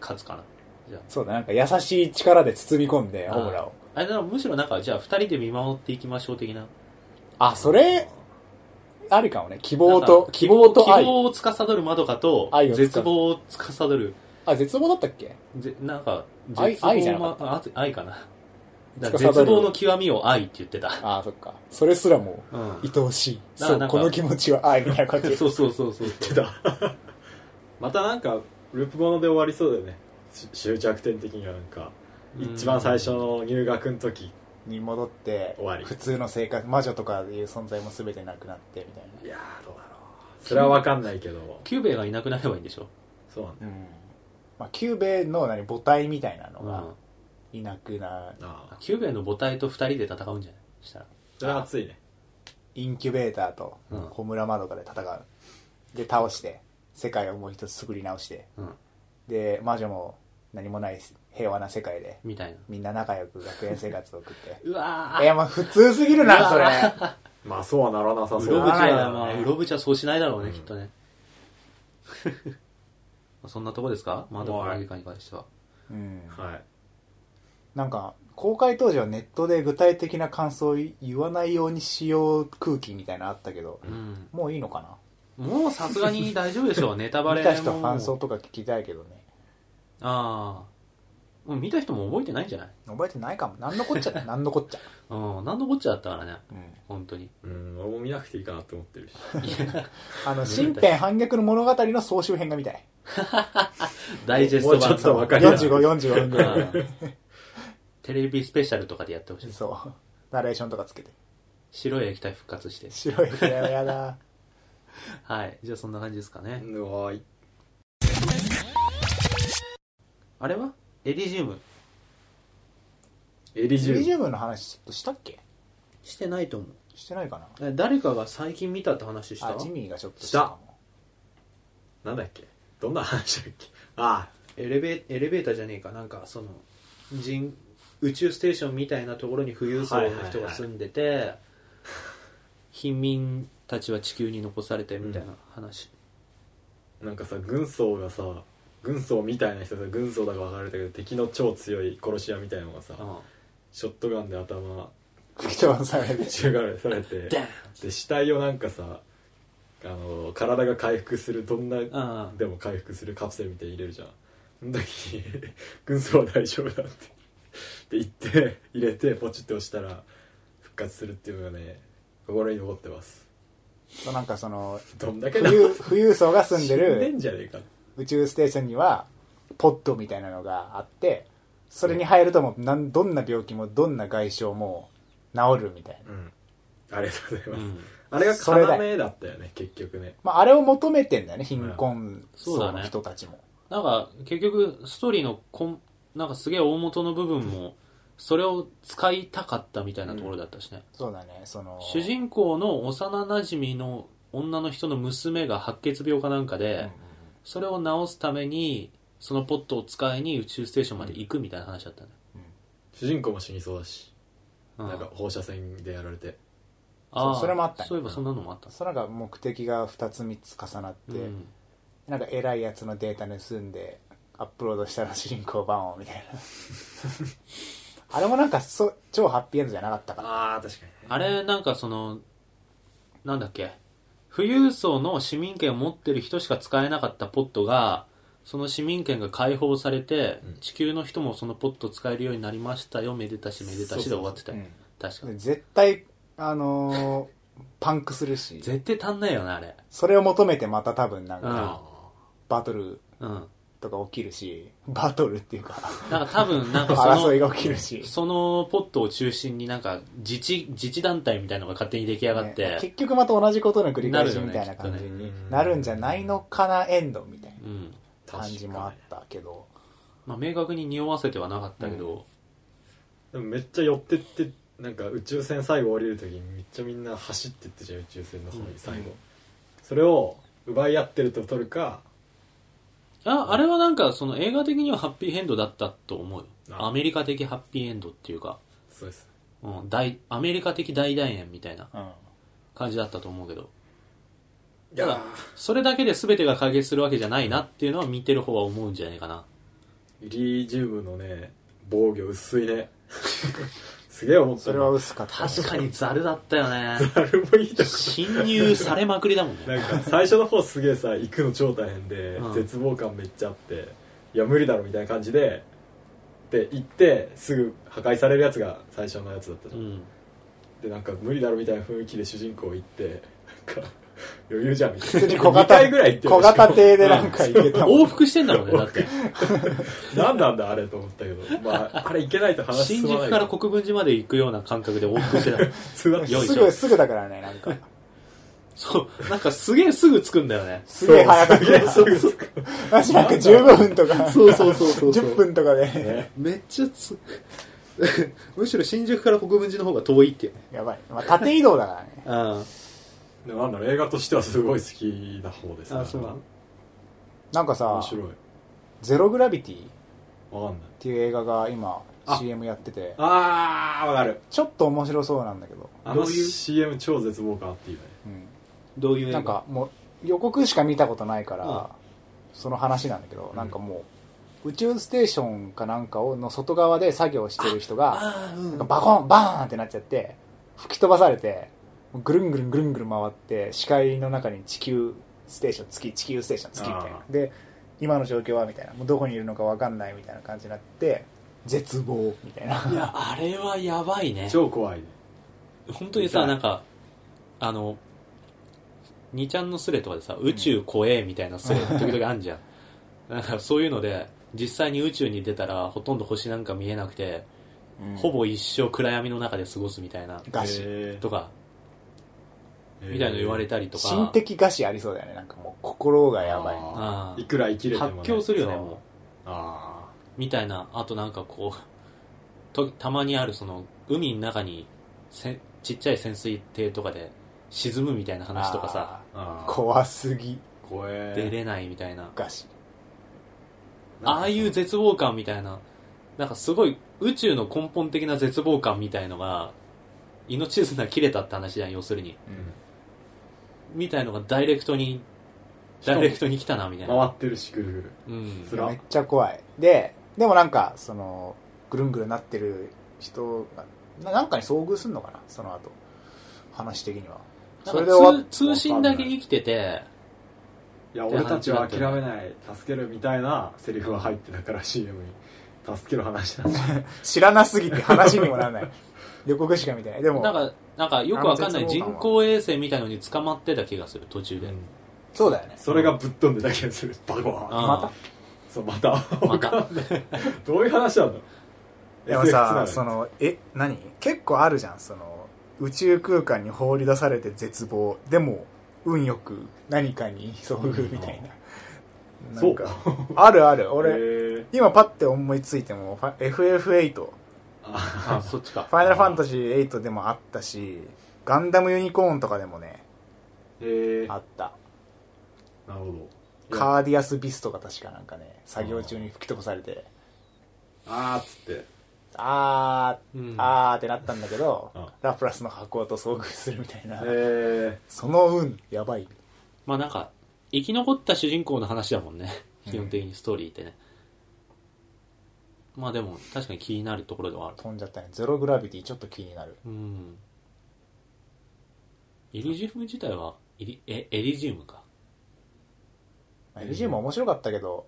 勝つかな。じゃあ。そうだ、なんか優しい力で包み込んで、あーホムラを。あれだなむしろなんか、じゃあ二人で見守っていきましょう的な。あ、それ、ありかもね。希望なんとか、希望と希愛。望を司るまどかと愛、を司る絶望を司る。あ、絶望だったっけぜなんか、愛絶望愛じゃなかったまあ愛かな。だ司る絶望の極みを愛って言ってた。ああ、そっか。それすらも、うん。愛おしい。ななそう、んかこの気持ちは愛みたいな感 じ。そうそうそうそう。言ってた。またなんかループもので終わりそうだよねし終着点的にはなんか一番最初の入学の時に戻って終わり普通の生活魔女とかいう存在も全てなくなってみたいいやーどうだろうそれは分かんないけどキューベイがいなくなればいいんでしょ。そうなんだな、うんまあ、キューベの何母体みたいなのうんが。いなくな、ああキューベイの母体と二人で戦うんじゃないしたら。それは熱いねインキュベーターとうん小村まどかで戦うで倒して世界をもう一つ作り直してうん。で魔女も何もない平和な世界でみたいな。みんな仲良く学園生活を送って うわいやまあ普通すぎるなそれまあそうはならなさうそうろぶちならは、ないだろうねまあ、うろぶちはそうしないだろうね、きっとね。 そんなとこですか窓の何かに関しては。うんはいなんか公開当時はネットで具体的な感想を言わないようにしよう空気みたいなのあったけど、うん。もういいのかなもうさすがに大丈夫でし ょう、ネタバレ見も。た人感想とか聞きたいけどねああ。もう見た人も覚えてないんじゃない覚えてないかも何のこっちゃだ 何のこっちゃ、うん。何のこっちゃだったからね。うん本当に。うん俺も見なくていいかなと思ってるしあの新編反逆の物語の総集編が見たいダイジェストもうちょっとわかりやすい4545分ぐら いテレビスペシャルとかでやってほしい。そうナレーションとかつけて白い液体復活して。白い部屋やだはい。じゃあそんな感じですかね。うわーあれはエリジウム。エリジジューュムの話ちょっとしたっけしてないと思う。してないかなえ誰かが最近見たって話したあジミーがちょっとかもなんだっけどんな話だっけあエレベエレベーターじゃねえかなんかその人宇宙ステーションみたいなところに富裕層の人が住んでて、貧民たちは地球に残されてみたいな話、あなんかさ軍曹がさ軍曹みたいな人さ軍曹だか分かれたけど敵の超強い殺し屋みたいなのがさうんショットガンで頭一晩される中がされてダンで死体をなんかさあの体が回復するどんなあでも回復するカプセルみたいに入れるじゃんその時に軍曹は大丈夫だってって言って入れてポチって押したら復活するっていうのがね心に残ってますそ うなんかそのどんだけ富裕富裕層が住死んんででんるじゃねえか宇宙ステーションにはポッドみたいなのがあって、それに入るともうなん、どんな病気もどんな外傷も治るみたいな。うん。ありがとうございうます。ん、あれがそれだ要だったよね、結局ね。まあ、あれを求めてんだよね、貧困そうだ層ねの人たちも。なんか結局ストーリーのこんなんかすげえ大元の部分もそれを使いたかったみたいなところだったしね、そうだね、その、主人公の幼馴染の女の人の娘が白血病かなんかで、それを治すためにそのポットを使いに宇宙ステーションまで行くみたいな話だったね、主人公も死にそうだし、うんなんか放射線でやられて。あーそそれもあったねそういえばそんなのもあったそのなんか目的が2つ3つ重なって、うんなんか偉いやつのデータ盗んでアップロードしたら主人公版をみたいな あれもなんかそ超ハッピーエンドじゃなかったかなああ、確かに、あれなんかそのなんだっけ富裕層の市民権を持ってる人しか使えなかったポットがその市民権が解放されて、うん地球の人もそのポット使えるようになりましたよめでたしめでたしで終わってたよ、確かでに絶対あのーパンクするし絶対足んないよなあれそれを求めてまた多分なうんんかバトルうんとか起きるしバトルっていうかなんか多分なんかその 争いが起きるしそのポットを中心になんか自治自治団体みたいなのが勝手に出来上がって、ね結局また同じことの繰り返しなるよねみたいな感じきっとねになるんじゃないのかなエンドみたいうんな感じもあったけどまあ、明確に匂わせてはなかったけど、でもめっちゃ寄ってって、なんか宇宙船最後降りるときにめっちゃみんな走ってってじゃん、宇宙船の方に最後。うんそれを奪い合ってると取るか、ああれはなんかその映画的にはハッピーエンドだったと思うよあアメリカ的ハッピーエンドっていうか、そうです。うん、大アメリカ的大団円みたいなうん感じだったと思うけどいやそれだけで全てが解決するわけじゃないなっていうのは見てる方は思うんじゃないかなイリジウムのね、防御薄いね。すげえ思った。それは薄かったね確かにザルだったよね誰もいいと こ侵入されまくりだもんねなんか最初の方すげえさ行くの超大変で、うん絶望感めっちゃあっていや無理だろみたいな感じでで行ってすぐ破壊されるやつが最初のやつだったじうゃん、んでなんか無理だろみたいな雰囲気で主人公行ってなんか余裕じゃんみた普い 通にな小2型、回ぐらい行ってる小型艇でなんか行けたも往ん。復してんだもんねだって 何なんだあれと思ったけどまああれ行けないと話新進まな宿いから国分寺まで行くような感覚で往復してた もん普通はよいしょすぐ、すぐだからね、なんか。そうなんかすげえすぐ着くんだよねすげえ早かっ そうた。すぐ着くマジなんか15分とか、そうそうそうそうそう10分とかで。ねめっちゃつ むしろ新宿から国分寺の方が遠いっていうねやばい。まあ、縦移動だからね。あでもなんだろう映画としてはすごい好きな方ですねあそうなのなんかさ面、白いゼログラビティっわかんないていう映画が今あ CM やってて、あーわかるちょっと面白そうなんだけど、あのどういう CM 超絶望感あっていいねうんどういう映画なんかもう予告しか見たことないかうんら、その話なんだけどう、んなんかもう、宇宙ステーションかなんかをの外側で作業してる人が、ああうなんんかバコンバーンってなっちゃって吹き飛ばされてぐるんぐるんぐるんぐるん回って視界の中に地球ステーション月地球ステーション月みたいなあで今の状況はみたいなもうどこにいるのかわかんないみたいな感じになって絶望みたいないやあれはやばいね超怖いね本当にさ見たいなんかあの2ちゃんのスレとかでさ宇宙怖えみたいなスレ時々あんじゃんなんかそういうので実際に宇宙に出たらほとんど星なんか見えなくて、ほぼ一生暗闇の中で過ごすみたいな餓死えーとかみたいの言われたりとか、心的餓死ありそうだよねなんかもう心がやばいああいくら生きれても、発ね、狂するよねそうもあうみたいなあとなんかこうとたまにあるその海の中にせんちっちゃい潜水艇とかで沈むみたいな話とかさーああーー怖すぎ怖え出れないみたいな餓死ああいう絶望感みたいななんかすごい宇宙の根本的な絶望感みたいのが命綱切れたって話じゃん要するにみたいのがダイレクトにダイレクトに来たなみたい回な、ってるしぐるぐるうんつ、らめっちゃ怖いででもなんかそのぐるんぐるんなってる人がななんかに遭遇すんのかなその後話的にはそれで終なわんか通通信だけ生きてていや俺たちは諦めない助けるみたいなセリフは入ってたから CM に助ける話だし知らなすぎて話にもならない 予告しか見てないでもなんか、なんかよくわかんないあの絶人望感は工衛星みたいのに捕まってた気がする、途中で。そうだよねそれがぶっ飛んでた気がするバコーンああまそうまたまたわかんない どういう話なのでもさ SF つそながりのえ何結構あるじゃんその宇宙空間に放り出されて絶望でも運よく何かに遭遇みたいなそうなんあるある へ俺ー今パッて思いついてもファ FF8 フ ああ、そっちか。ァイナルファンタジー8でもあったしガンダムユニコーンとかでもねへーあったなるほどカーディアス・ビスとか確かなんかね作業中に吹き飛ばされてあーっつってあー、うんあーってなったんだけど、うんラプラスの箱と遭遇するみたいな、えその運やばいまあなんか、生き残った主人公の話だもんね。基本的にストーリーってね。まあでも、確かに気になるところではある。飛んじゃったねゼログラビティちょっと気になるうん。イリジウム自体は、イリえエリジウムか。 LG も面白かったけど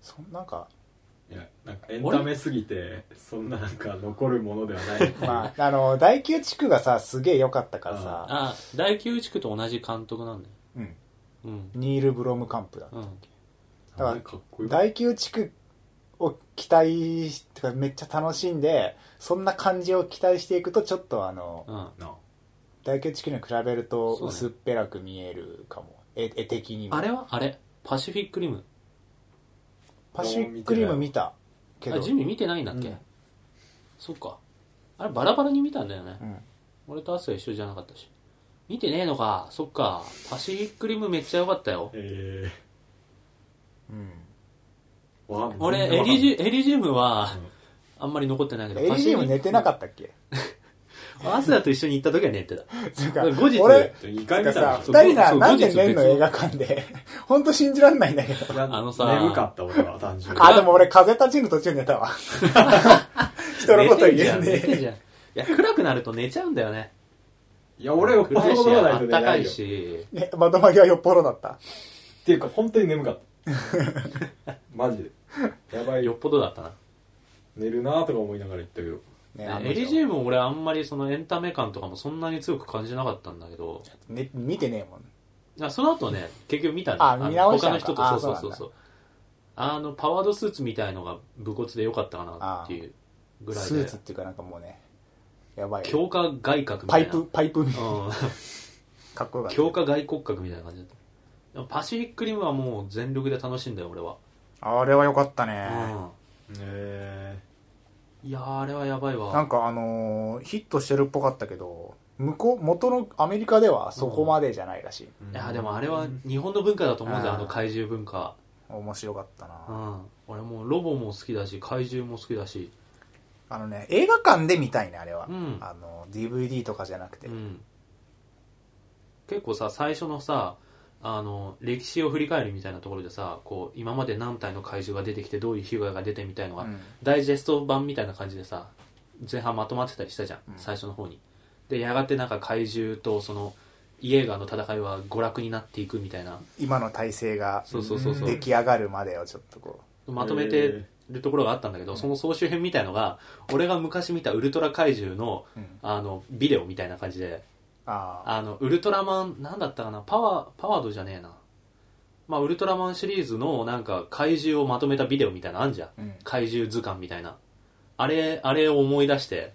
そんなんかーいやなんかエンタメすぎてそんななんか残るものではない まああの第9地区がさすげえ良かったからさ、あ、第9地区と同じ監督なんだよ。うん、うん。ニール・ブロムカンプだ、うん。だからあれかっこよかった第9地区を期待してかめっちゃ楽しんでそんな感じを期待していくとちょっとあの、うん。な大宮地区に比べるとそうね薄っぺらく見えるかも、絵絵的にもあれはあれ。パシフィックリム。パシフィックリム見たけあ、どジミー見てないんだっけ、うんそっか。あれバラバラに見たんだよね。うん俺とアスは一緒じゃなかったし。見てねえのか。そっか。パシフィックリムめっちゃ良かったよ。えうんーわ俺、全エ然わかんないリジ、エリジウムは、あんまり残ってないけど、エリジウム寝てなかっったっけた。アスヤと一緒に行った時は寝てた。つうか後日 俺ちょつ2う回か見たさんでしょ二そ人なうなんで後日別寝にんの映画館で 本当信じらんないんだけどいやあのさ眠かった俺は単純にあでも俺風立ちぬ途中寝た わ人のこと寝てんじ言ゃえん、ね寝てんえじゃん。いや、暗くなると寝ちゃうんだよね。いや俺よっぽど暗いし、ことがないあとっねたかないいよし。ね窓間際よっぽろだったっていうか本当に眠かった マジでやばいよっよぽどだったな。寝るなとか思いながら言ったけどねねあのエリジウムも俺あんまりそのエンタメ感とかもそんなに強く感じなかったんだけど、ね見てねえもんあその後ね、結局見たんあ見直し他たののか人と、そうそうあそううそなんだそう。あの、パワードスーツみたいのが武骨で良かったかなっていうぐらいスーでツっ、ていうかなんかもうねやばい強化外角みパたいイな。プパイプみたいなうん。かっこよかった強化外骨格みたいな感じだったでもパシフィックリムはもう全力で楽しんだよ俺は、あれは良かったね、えうんいやーあれはやばいわなんかあのーヒットしてるっぽかったけど、向こう、元のアメリカではそこまでじゃないらしい。ーいやーでもあれは日本の文化だと思うぜうんあの怪獣文化面白かったうな、ん俺もうロボも好きだし怪獣も好きだしあのね、映画館で見たいね、あれは。うんあの、DVD とかじゃなくて。うん結構さ最初のさあの歴史を振り返るみたいなところでさこう今まで何体の怪獣が出てきてどういう被害が出てみたいのが、うんダイジェスト版みたいな感じでさ前半まとまってたりしたじゃん、ん最初の方にでやがてなんか怪獣とそのイエーガーの戦いは娯楽になっていくみたいな今の体制がそうそうそうそう出来上がるまでをちょっとこまとめてるところがあったんだけど、その総集編みたいのが俺が昔見たウルトラ怪獣の,、うんあのビデオみたいな感じでう、ああのウルトラマンなんだったかなパワーパワードじゃねえなまあウルトラマンシリーズのなんか怪獣をまとめたビデオみたいなのあんじゃんあ、うん。怪獣図鑑みたいなあれあれを思い出して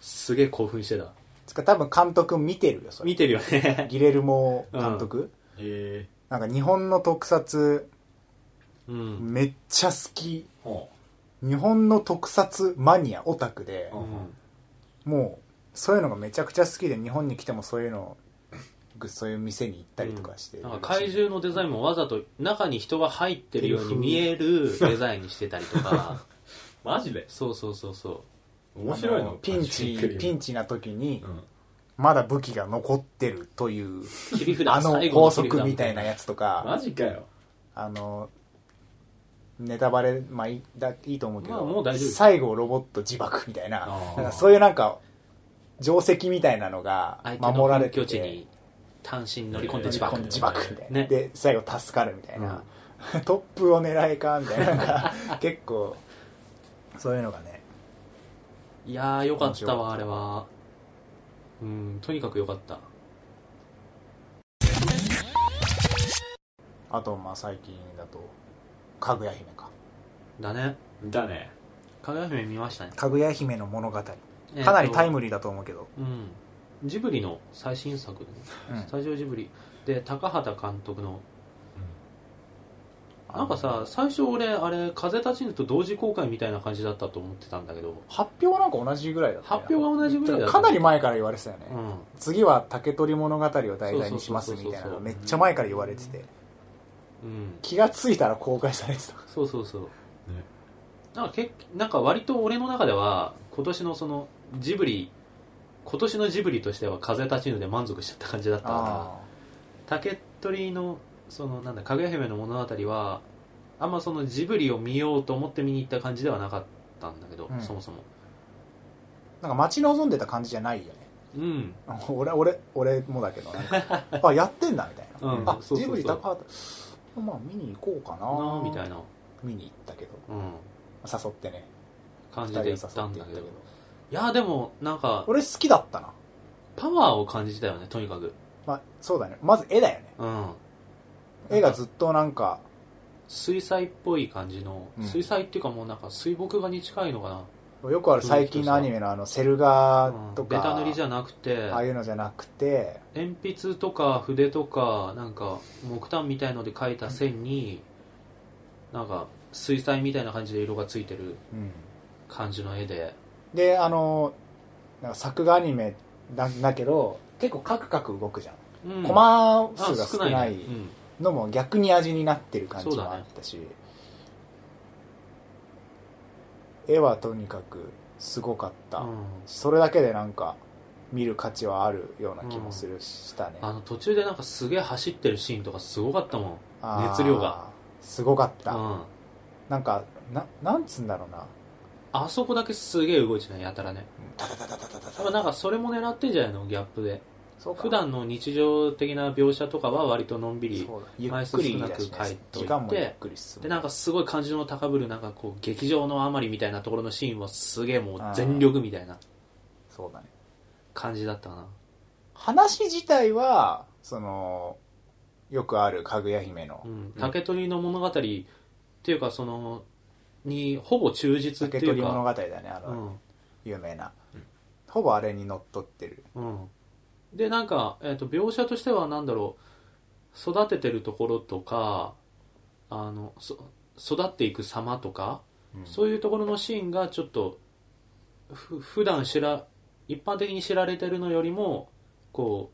すげえ興奮してたつか多分監督見てるよ、それ。見てるよ ねギレルモ監督、えなんか日本の特撮うん、めっちゃ好き。ーほ日本の特撮マニア、オタクで。ううんもうそういうのがめちゃくちゃ好きで日本に来てもそういうのをぐそういう店に行ったりとかして、なんか怪獣のデザインもわざと中に人が入ってるように見えるデザインにしてたりと かマジでそうそうそうそ面白いあのピンチピンチチな時にうんまだ武器が残ってるというう切り札あの最後法の切り札則みたいなやつとかマジかよあのネタバレまあいいだいいと思うけど、まあもう大丈夫最後ロボット自爆みたいなあーなんかそういうなんか定石みたいなのが相手守らのれ本て拠て地に単身乗り込んで自自爆爆自爆みたいな、ねで最後助かるみたいな、 トップを狙えかみたいなの が結構そういうのがねいやーよかったわあ面れ白はうんとにかくよかったあとまあ最近だとかぐや姫か。だね。だねかぐや姫見ましたね。かぐや姫の物語。かなりタイム。ムリーだと思うけど。うん。ジブリの最新作でね、うんスタジオジブリ。で、高畑監督の、なんかさ、最初俺、あれ、風立ちぬと同時公開みたいな感じだったと思ってたんだけど、発表はなんか同じぐらいだったよね、発表が同じぐらいだった。かなりう前から言われてたよね。ん。次は竹取物語を題題材にしますみたいなそうそうそうそのうめっちゃ前から言われてて。うん。気がついたら公開されてた。そうそうそう。なんかけなんか割と俺の中では、今年のその、ジブリ、今年のジブリとしては風立ちぬで満足しちゃった感じだったから、あ竹取のそのなんだかぐや姫の物語はあんまそのジブリを見ようと思って見に行った感じではなかったんだけど、うんそもそもなんか待ち望んでた感じじゃないよね。うん 俺、俺、俺もだけど、なんか、あ、やってんだみたいな。 うんあ、そうそうそうジブリ高畑。まあ見に行こうかななあみたいな、見に行ったけど、うん、誘ってね。感二人じをで誘って行った行っんただけけどどい。やでもなんか俺好きだったな。パワーを感じたよねとにかくまあ、そうだね。まず絵だよね。うん絵がずっとなんか、水彩っぽい感じの、うん水彩っていうかもうなんか水墨画に近いのかな、よくある最近のアニメのあの、セル画うんとベか、タ塗りじゃなくてああいうのじゃなくて、鉛筆とか筆とかなんか木炭みたいので描いた線に、なんか水彩みたいな感じで色がついてるうん感じの絵でで、あの、なんか作画アニメなんだけど、結構カクカク動くじゃん。うんコマあ数が少なねいうんのも逆に味になってる感じそうだもねあったし、絵はとにかくすごかった、うんそれだけでなんか見る価値はあるような気もする、したねあの途中でなんかすげえ走ってるシーンとかすごかったもんあー熱量がすごかった、うん、なんかななんつうんだろうなあそこだけすげえ動いてないやたらねタタタタタタ多分なんかそれも狙ってんじゃないのギャップでそうか普段の日常的な描写とかは割とのんびりそうだゆっ枚数くり少なだくしね描いといて時間もゆっくり進むでなんかすごい感情の高ぶるなんかこう劇場のあまりみたいなところのシーンはすげえもう全力みたいなそうだね感じだったかな話自体はそのよくあるかぐや姫のうん、竹取の物語っていうかそのにほぼ忠実って竹いう取物か語だねあうの、ん有名な、ほぼあれにのっとってるうんでなんか、えー、と描写としてはなんだろう育ててるところとかあのそ育っていく様とか、そういうところのシーンがちょっとふ普段知ら一般的に知られてるのよりもこ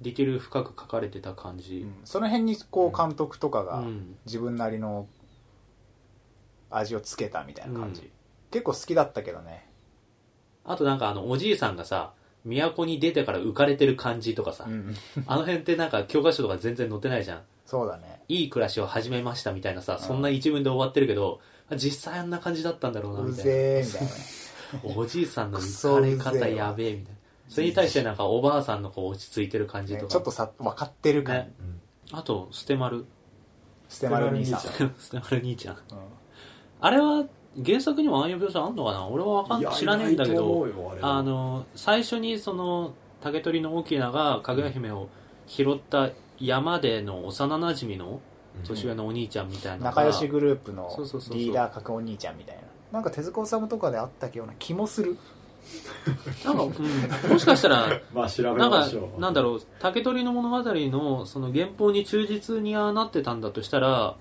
うディテール深く書かれてた感じ、その辺にこう監督とかうがん自分なりの味をつけたみたいな感じ、うん結構好きだったけどね、あとなんかあのおじいさんがさ都に出てから浮かれてる感じとかさ、うん、あの辺ってなんか教科書とか全然載ってないじゃん。そうだねいい暮らしを始めましたみたいなさ、そんな一文で終わってるけど、実際あんな感じだったんだろうなうみたいな。ぜえみたいなねおじいさんの浮かれクソうぜ方えわやべえみたいな。それに対してなんかおばあさんのこう落ち着いてる感じねとか。ちょっとさ分かってる感、ね。あと、ステマ ル。ステマル兄さんスステマル兄ちゃん。うんあれは原作にもああいう描写あんのかな俺はわかんいや知らねえんだけ意外と思どう、よあれはあの、最初にその、竹取の大きながかぐや姫を拾った山での幼馴染の年上のお兄ちゃんみたいなのが仲良しグループのそうそうそうそうリーダー格お兄ちゃんみたいななんか手塚治虫とかであったような気もするなんか、うん、もしかした ら、まあ調べなんまかしょ、うなんだろう、竹取の物語の、その原稿に忠実にはなってたんだとしたら、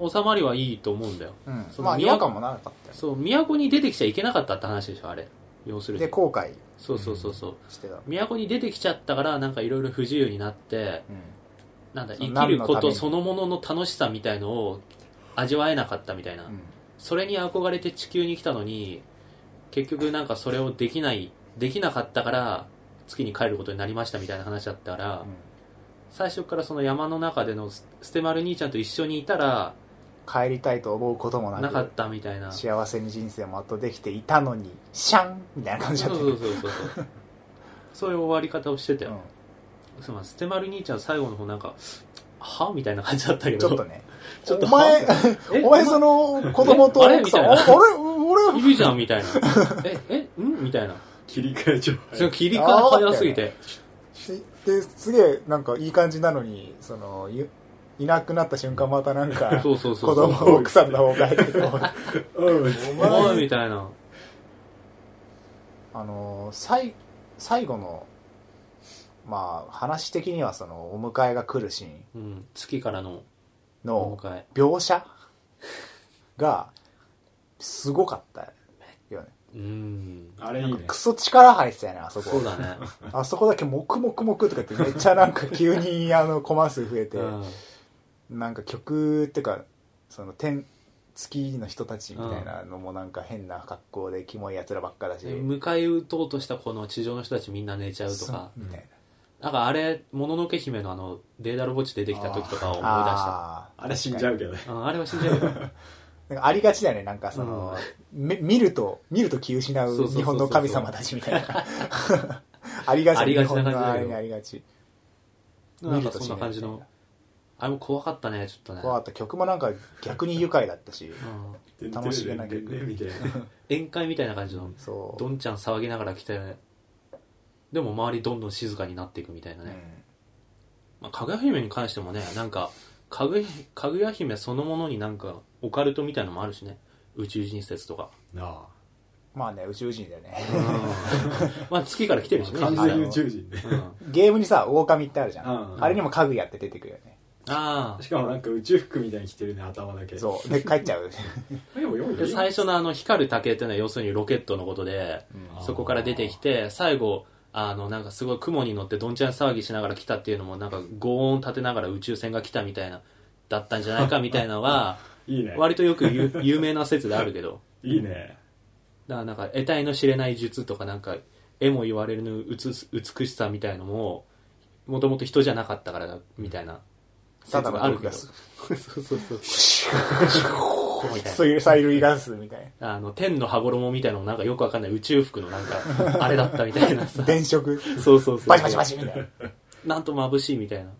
収まりはいいと思うんだよ。うんそのまあ違和感もなかったよそう、都に出てきちゃいけなかったって話でしょ、あれ。要するにで。後悔そうそうそうそう。してた、うん都に出てきちゃったから、なんかいろいろ不自由になって、なんだ、そう生きるこ何のためとにそのものの楽しさみたいのを味わえなかったみたいな。うんそれに憧れて地球に来たのに、結局なんかそれをできない、できなかったから、月に帰ることになりましたみたいな話だったから、うん最初からその山の中でのスステマル兄ちゃんと一緒にいたら、帰りたいと思うこともなくなかったみたいな。そう幸せに人生も後できていたのにシャンみたいな感じだそっうたそうそうそう。そういう終わり方をしてたうよん。すまん、ステマル兄ちゃん最後の方なんか、はみたいな感じだったけちど。ょっとね ちょっとお前え お前その子供と えあれ奥さんみたいなああれ俺いるじゃんみたいな。え、え、んみたいな。切り替えちゃうその切り替え早すぎて。ですげえなんかいい感じなのにそのゆいなくなった瞬間またなんか、そうそうそ子うそう。供を奥さんの方が入ってこうお前みたいな。あの最最後のまあ話的にはそのお迎えが来るシーンうん。月からのおの迎え。描写がすごかったよねうん。あれいいねクソ力入ってたよねあそこそうだね。あそこだけモクモクモクとか言ってめっちゃなんか急にあのコマ数増えて、うん。なんか曲っていうかその天月の人たちみたいなのもなんか変な格好でキモいやつらばっかだし、迎え撃とうとしたこの地上の人たちみんな寝ちゃうとかそ。みたいななんかあれ、もののけ姫のあの、デーダル墓地出てきた時とかを思い出した。あーあれ死んじゃうけどねうんあれは死んじゃ うよ。なんかありがちだよね、なんかその、め見ると、見ると気失そうそううそうそう日本の神様たちみたいな。 ありがちありがち日な本感じだのあけどれにありがち。なんか見るとそ死んぬなみたい感じの。あれも怖かったね、ちょっとね。怖かった。曲もなんか逆に愉快だったし、うん楽しげな曲ねみたいな宴会みたいな感じの、そどんちゃん騒ぎながら来たよね。でも周りどんどん静かになっていくみたいなう。ね。まあ、かぐや姫に関してもね、なんか、かぐやかぐや姫そのものになんか、オカルトみたいのもあるしね。宇宙人説とか。なあまあね、宇宙人だよね。 まあ月から来てるしね、完実際全に宇宙人ねうんゲームにさ、狼ってあるじゃん。うんあれにも家具やって出てくるよね。ああ。 しかもなんか宇宙服みたいに着てるね頭だけそう。で、帰っちゃう。でもよいよで最初のあの光る竹っていうのは要するにロケットのことで、うんそこから出てきて、最後、あの、なんかすごい雲に乗ってどんちゃん騒ぎしながら来たっていうのも、なんか轟音立てながら宇宙船が来たみたいな、だったんじゃないかみたいなのは、 いいね割とよく 有有名な説であるけど、いいねだからなんか得体の知れない術とかなんか、絵も言われるの美す美しさみたいのも、もともと人じゃなかったからだ、みたいなた説だのがある毒けど。そガスう。 そうそう。 みたいなそういう催涙ガスみたいな。あの、天の羽衣みたいなのもなんかよくわかんない宇宙服のなんか、あれだったみたいな さ。電飾。そうそうそう。バシバシバシみたいな。なんと眩しいみたいな。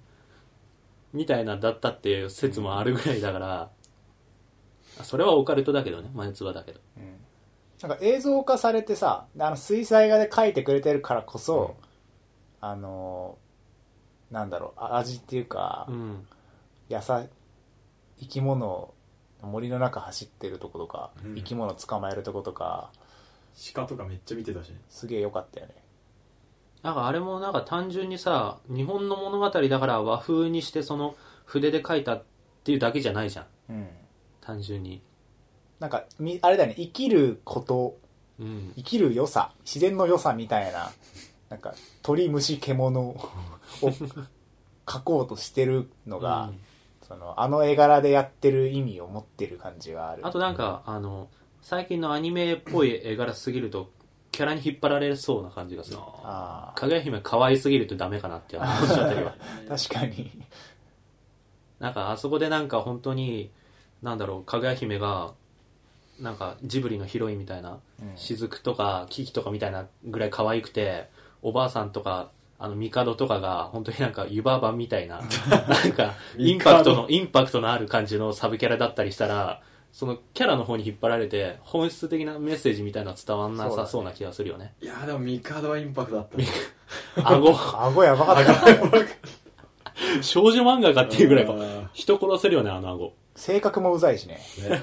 みたいなだったっていう説もあるぐらいだから、あそれはオカルトだけどね、前唾だけど。なんか映像化されてさ、あの水彩画で描いてくれてるからこそ、あのー、なんだろう、あ味っていうか、うん。野菜、生き物、森の中走ってるとことか、うん生き物捕まえるとことか、鹿とかめっちゃ見てたしねすげえ良かったよね。なんかあれもなんか単純にさ、日本の物語だから和風にしてその筆で描いたっていうだけじゃないじゃん。うん。単純に。なんか、みあれだよね、生きること、うん。生きる良さ、自然の良さみたいな、なんか、鳥、虫、獣を描こうとしてるのが、うんその、あの絵柄でやってる意味を持ってる感じがある。あとなんか、あの、最近のアニメっぽい絵柄すぎると、キャラに引っ張られそうな感じがする。あかぐや姫可愛すぎるとダメかなって話しあたりは。あ、確かに。なんかあそこでなんか本当に、なんだろう、かぐや姫が、なんかジブリのヒロインみたいな、雫とかキキとかみたいなぐらい可愛くて、おばあさんとか、あの、帝とかが、本当になんか湯婆婆みたいな、なんか、インパクトの、インパクトのある感じのサブキャラだったりしたら、そのキャラの方に引っ張られて、本質的なメッセージみたいなのは伝わんなさそうな気がするよね。いやーでもミカドはインパクトだったね顎、顎やばか ったよ。 少女漫画かっていうぐらいかあー。人殺せるよね、あの顎。性格もうざいしね。ね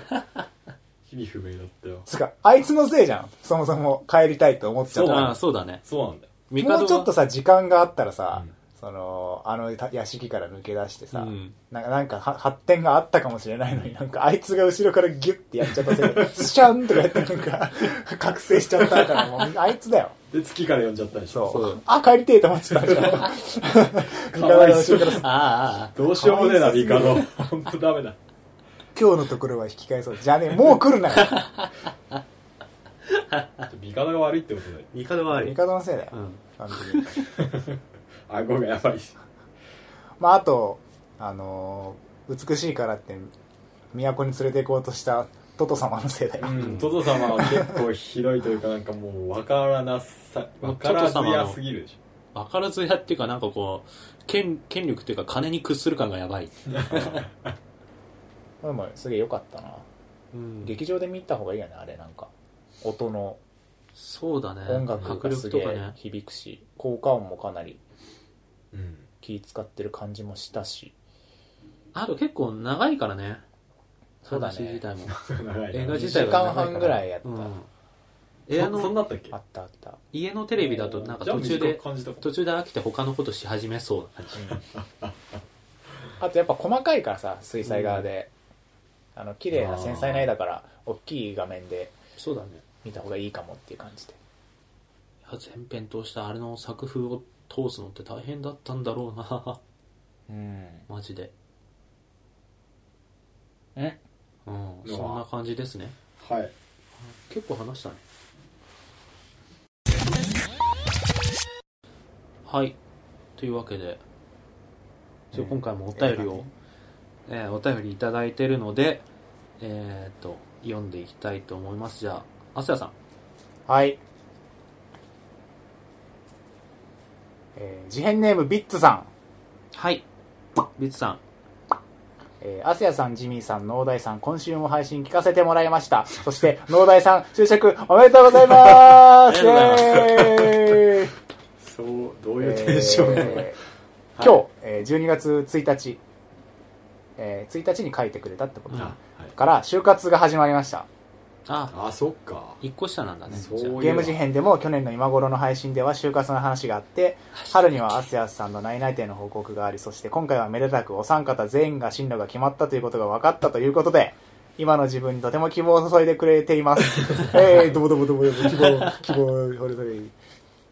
意味不明だったよつうか、あいつのせいじゃん。そもそも帰りたいと思っちゃそっうたあら。ーそうだね。そうなんだよもうちょっとはさ、時間があったらさ、うんその、あの屋敷から抜け出してさ、うんなんか、なんかは発展があったかもしれないのに、なんか、あいつが後ろからギュッてやっちゃったせいで、 シャンとかやってなんか、覚醒しちゃったから、もう、あいつだよ。で月から呼んじゃったでしょそう。そうあ、帰りてえと思ってたじゃん。味か方わいのそ後うろから、あどうしようもねえなかわいそミうカド本当ダメだ今日のところは引き返そう。じゃあね、もう来るなよ。ミカドが悪いってことだよ味方はあ味り。方のせいだよ。うん。完璧に顎がやばいしまあ、あと、あのー美しいからって、都に連れて行こうとしたトト様のせいだよ。トト様は結構ひどいというかなんかもう分からなさ分からずやすぎるでし分からずやっていうか、なんかこう、権、権力っていうか金に屈する感がやばい。でもすげえ良かったな、うん劇場で見た方がいいよねあれなんか音のそうだね。音楽迫が力すげとかえね。響くし、効果音もかなりょ、うん気使ってる感じもしたしあと結構長いからね。そうだね話自体も。長い映な画2自時体間は長いから。半ぐらいやった、うん。ええ、ああのそんの、なあったっけあったあった家のテレビだとなんかじゃあ途中短でく、感じたか途中で飽きて他のことし始めそうな感じ。あとやっぱ細かいからさ水彩画で、あの綺麗な繊細な絵だから大きい画面でそうだね。見た方がいいかもっていう感じでいや全編通してあれの作風を通すのって大変だったんだろうなうんマジで。えうん、うわそんな感じですね。はい結構話したね。はい。というわけで、ちょうん今回もお便りを、えーお便りいただいてるので、えーっと、読んでいきたいと思います。じゃあ、アスヤさん。はいえー、事変ネームビッツさんはい。ビッツさん。えー、アスヤさん、ジミーさん、農大さん、今週も配信聞かせてもらいました。そして、農大さん、就職おめでとうございますありがとうごイエー イそうどういうテンションなの、えー今日、えー12月1日、えー1日に書いてくれたってことうんだ、 あはいから就活が始まりましたあ、あそっか一個下なんだね。そうじゃあゲーム事変でも去年の今頃の配信では就活の話があって春にはアスヤスさんの内々定の報告がありそして今回はめでたくお三方全員が進路が決まったということが分かったということで今の自分にとても希望を注いでくれています えー、どぼどぼどぼどぼ希望希望これぞれ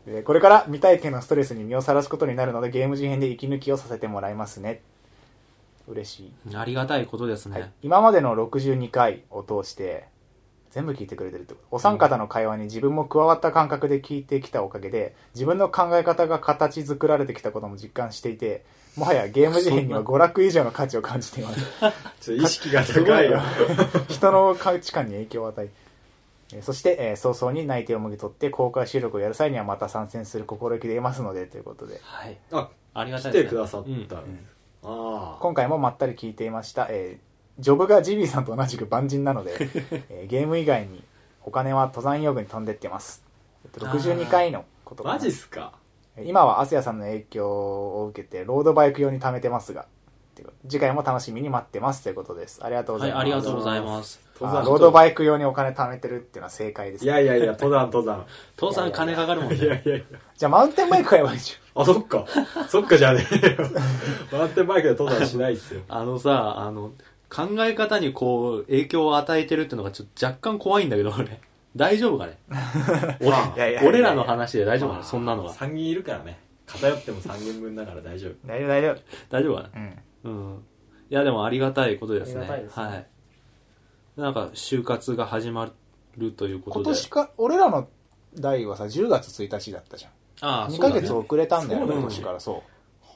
えーこれから未体験のストレスに身をさらすことになるのでゲーム事変で息抜きをさせてもらいますね嬉しいありがたいことですね。今までの62回を通して全部聞いてくれてるってことお三方の会話に自分も加わった感覚で聞いてきたおかげで自分の考え方が形作られてきたことも実感していてもはやゲーム事変には娯楽以上の価値を感じていますちょっと意識が高いよ人の価値観に影響を与ええーそして、えー早々に内定をもぎ取って公開収録をやる際にはまた参戦する心意気でいますのでということではい。あありがた来いです、てね。くださった、うんああ今回もまったり聞いていました、えージョブがジビーさんと同じく万人な ので、えーゲーム以外にお金は登山用具に飛んでってますえっと62回のことかなマジっすか今はアスヤさんの影響を受けてロードバイク用に貯めてますがっていう次回も楽しみに待ってますということですありがとうごはざいい、ます、ありがとうございます。登あ山ーロードバイク用にお金貯めてるっていうのは正解ですいやいやいや登山登山父さん金かかるもんね。 いやいやいやじゃあマウンテンバイク買えばいいじあそっかそっかじゃねえよ回ってバイクで登山しないっすよあのさ、あの、考え方にこう、影響を与えてるってのがちょっと若干怖いんだけど、俺。大丈夫 かねいやいや俺らの話で大丈夫かまあなそんなのは。 3人いるからね偏っても3人分だから大丈夫 ゃん大丈夫大丈大丈夫かな夫うんうん。いや、でもありがたいことですね。ありがたいですねはい。なんか、就活が始まるということ今で。年か俺らの代はさ10月1日だったじゃんああ、 2そうヶだね月遅れたんだよそねうだね今年からそう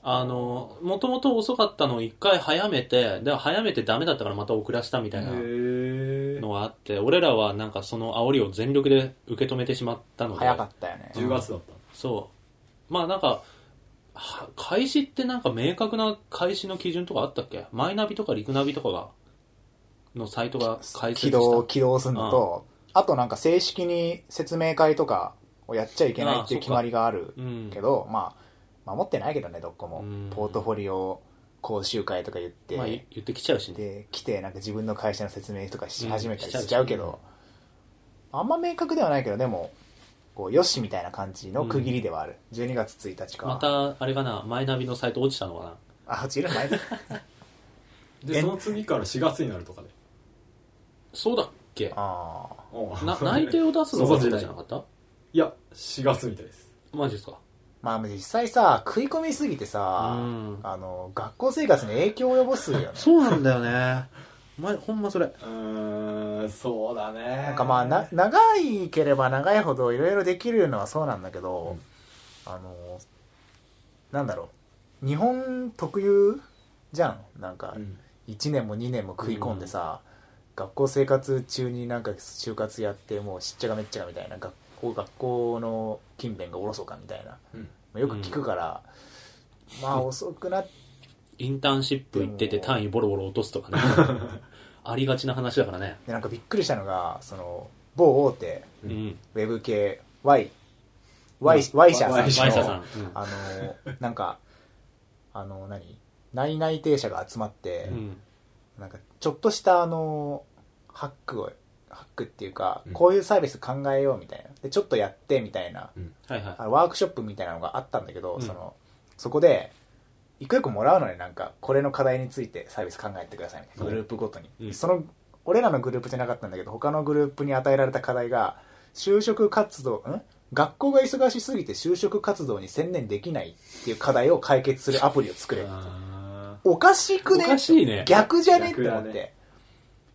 あの、もともと遅かったのを一回早めて、で、早めてダメだったからまた遅らしたみたいなえのがあって、俺らはなんかその煽りを全力で受け止めてしまったので。早かったよね10月だったのそう。まあなんか、は開始ってなんか明確な開始の基準とかあったっけマイナビとかリクナビとかが、のサイトが開設し起た。動起動するのと、あとなんか正式に説明会とかをやっちゃいけないっていう決まりがあるうん。けどまあ守ってないけどねどこも、うんポートフォリオ講習会とか言って、まあ言言ってきちゃうしね。で来てなんか自分の会社の説明とかしうん始めたりしちゃうけしちゃうしど、あんま明確ではないけどでもこうよしみたいな感じの区切りではある、12月1日かまた、あれかな、マイナビのサイト落ちたのかな。あ落ちる 前でその次から4月になるとかでそうだっけああうん な内定を出すのがそうじゃなかったいや4月みたいですマジですかまあ実際さ食い込みすぎてさ、うんあの学校生活に影響を及ぼすよね そうなんだよね。 ま、ほんまそれ。うーんそうだねななんかまあな長いければ長いほどいろいろできるのはそうなんだけど、あのなんだろう日本特有じゃんなんかうん1年も2年も食い込んでさ、学校生活中になんか就活やってもうしっちゃがめっちゃがみたいな学校学校の勤勉がおろそかみたいなうんよく聞くから、まあ遅くなっインターンシップ行ってて単位ボロボロ落とすとか ね。ありがちな話だからね。てなんかびっくりしたのがその某大手ううんん。ウェブ系 Y Y, y 社さんの Y ワイシャさん。うんあの、なんか、あの、何内々停者が集まって、うん。なんかちょっとしたあのハックをハックっていうか、うんこういうサービス考えようみたいなでちょっとやってみたいはないはい。あのワークショップみたいなのがあったんだけど、うんそのそこで一個一個もらうのになんかこれの課題についてサービス考えてくださいみたいなうんグループごとに、うんその俺らのグループじゃなかったんだけど他のグループに与えられた課題が就職活動ん学校が忙しすぎて就職活動に専念できないっていう課題を解決するアプリを作れあおかしくねおかしいね逆じゃねって思っ逆だて、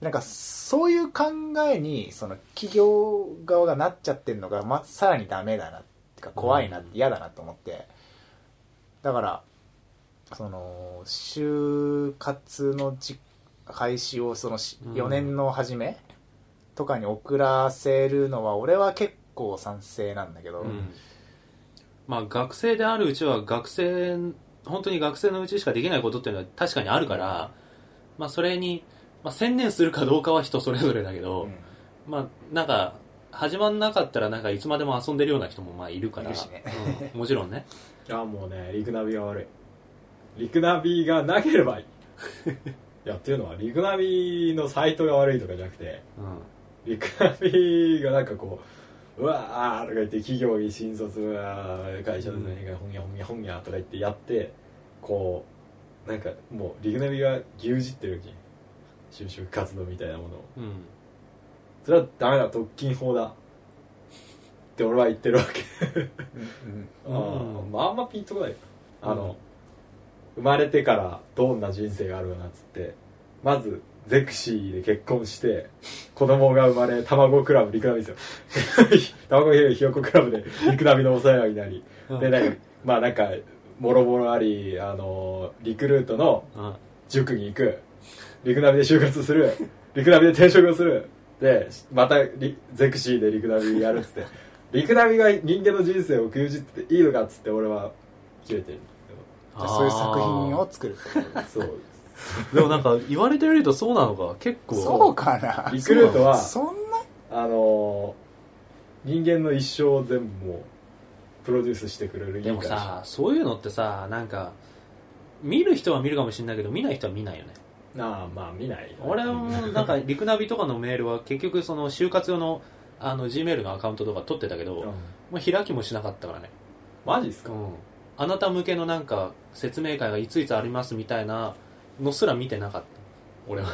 なんかそういう考えにその企業側がなっちゃってるのが、ま、さらにダメだなってか怖いなって嫌だなと思ってだからその就活のじ開始をそのしうん4年の初めとかに遅らせるのは俺は結構賛成なんだけど、うん。まあ学生であるうちは学生、本当に学生のうちしかできないことっていうのは確かにあるから、まあそれに、まあ専念するかどうかは人それぞれだけど、うんまあなんか、始まんなかったらなんかいつまでも遊んでるような人もまあいるから。いるしねうんもちろんね。ーあーもうねリクナビが悪いリクナビがなければいい いやっていうのはリクナビのサイトが悪いとかじゃなくてうリクナビがなんかこううわーとか言って企業に新卒は会社の何がほんやほんやほんやとか言ってやってこうなんかもうリクナビが牛耳ってるわけ就職活動みたいなものをん。うん。それはダメだ特勤法だって俺は言ってるわけうんうんまああんまピンとこないよあの、生まれてからどんな人生があるかなっつってまずゼクシーで結婚して子供が生まれ卵クラブ陸並みですよ 卵ひよこクラブで陸並みのお世話になりでなんかまあなんかもろもろありあのリクルートのうん。塾に行く陸並みで就活する 陸並みで転職をするでまたリゼクシーで陸並みやるっつ って陸並みが人間の人生を食いじってていいのかっつって俺は切 れてるじゃあそういう作品を作るってこそうでもなんか言われてみるとそうなのか結構とそうかなリクルートはそんなあの人間の一生を全部もうプロデュースしてくれるいいでも会社さそういうのってさなんか見る人は見るかもしれないけど見ない人は見ないよねああまあ見ないよ俺もなんかリクナビとかのメールは結局その就活用のあの G メールのアカウントとか取ってたけど、うんもう開きもしなかったからね、マジっすかうん、あなた向けのなんか説明会がいついつありますみたいなのすら見てなかった俺は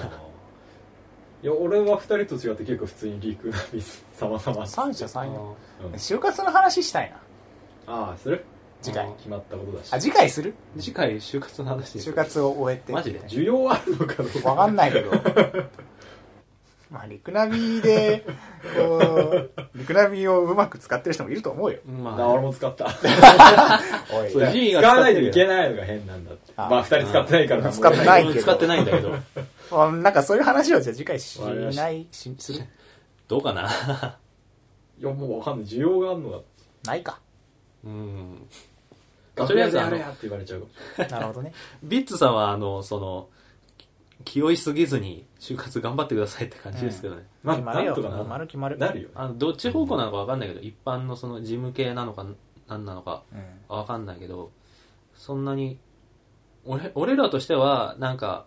いや俺は二人と違って結構普通に陸並み様々三者三様ううん就活の話したいなああする次回うん決まったことだしあ次回するん次回就活の話でし就ょ活を終えてマジで需要あるのかどうわかんない けどまあリクナビでこうリクナビをうまく使ってる人もいると思うよまな俺も使ったおいそう G が使わない使ってとるいけないのが変なんだってあまあ二人使ってないからうん使ってない俺も使ってないんだけどまあなんかそういう話をじゃあ次回しわかりましたないしするどうかないやもうわかんない需要があるのないかうんがとりあえずああのれやって言われちゃうかもしなるほど ねビッツさんは、あの、その、き気負いすぎずに、就活頑張ってくださいって感じですけどね。まあ決まるよなんと決かなるまる決まれるないなるよあの、どっち方向なのかわかんないけど、一般のその事務系なのか、何なのかうんわかんないけど、そんなに、俺、俺らとしては、なんか、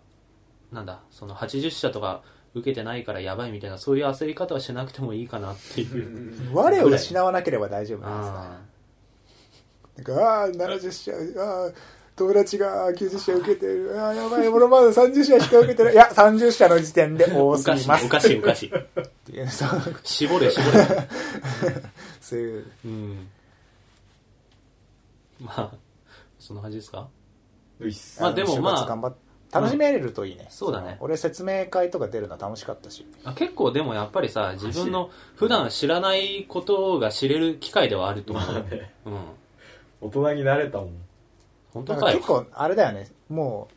なんだ、その80社とか受けてないからやばいみたいな、そういう焦り方はしなくてもいいかなっていう。我を失わなければ大丈夫なんですねあなんか、ああ、70社、ああ、友達が90社受けてる、ああ、やばい、俺まだ30社しか受けてない。いや、30社の時点であ。多おすかぎしい、ます。おかしい、おかしい。っていうそう絞れ、絞 れ。そういう、うん。まあ、そんな感じですかういっすまあでも就活まあ頑張っ楽しめれるといいね。そうだね俺、説明会とか出るの楽しかったし。あ結構でもやっぱりさ自分マの普段知らないことが知れる機会ではあると思う、まあ ねうん大人になれたもん本当なんかかよ結構、あれだよね、も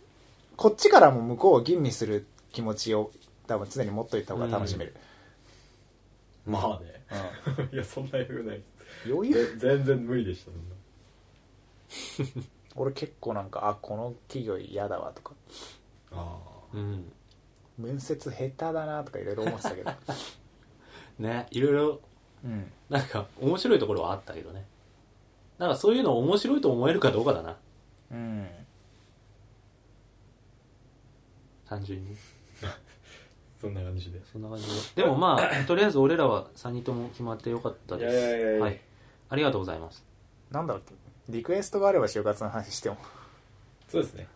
う、こっちからも向こうを吟味する気持ちを、多分常に持っといた方が楽しめる。まあね うんいやそんな余裕ない余ぜ裕全然無理でしたそんな俺結構なんか、あ、この企業嫌だわとか、あうん面接下手だなとかいろいろ思ってたけ ど。ねいろいろうん。なんか面白いところはあったけどねなんかそういうの面白いと思えるかどうかだなうん。単純にそんな感じでそんな感じででもまあ とりあえず俺らは3人とも決まってよかったですいやいやいやいやはい、ありがとうございます なんだろうリクエストがあれば就活の話してもそうですね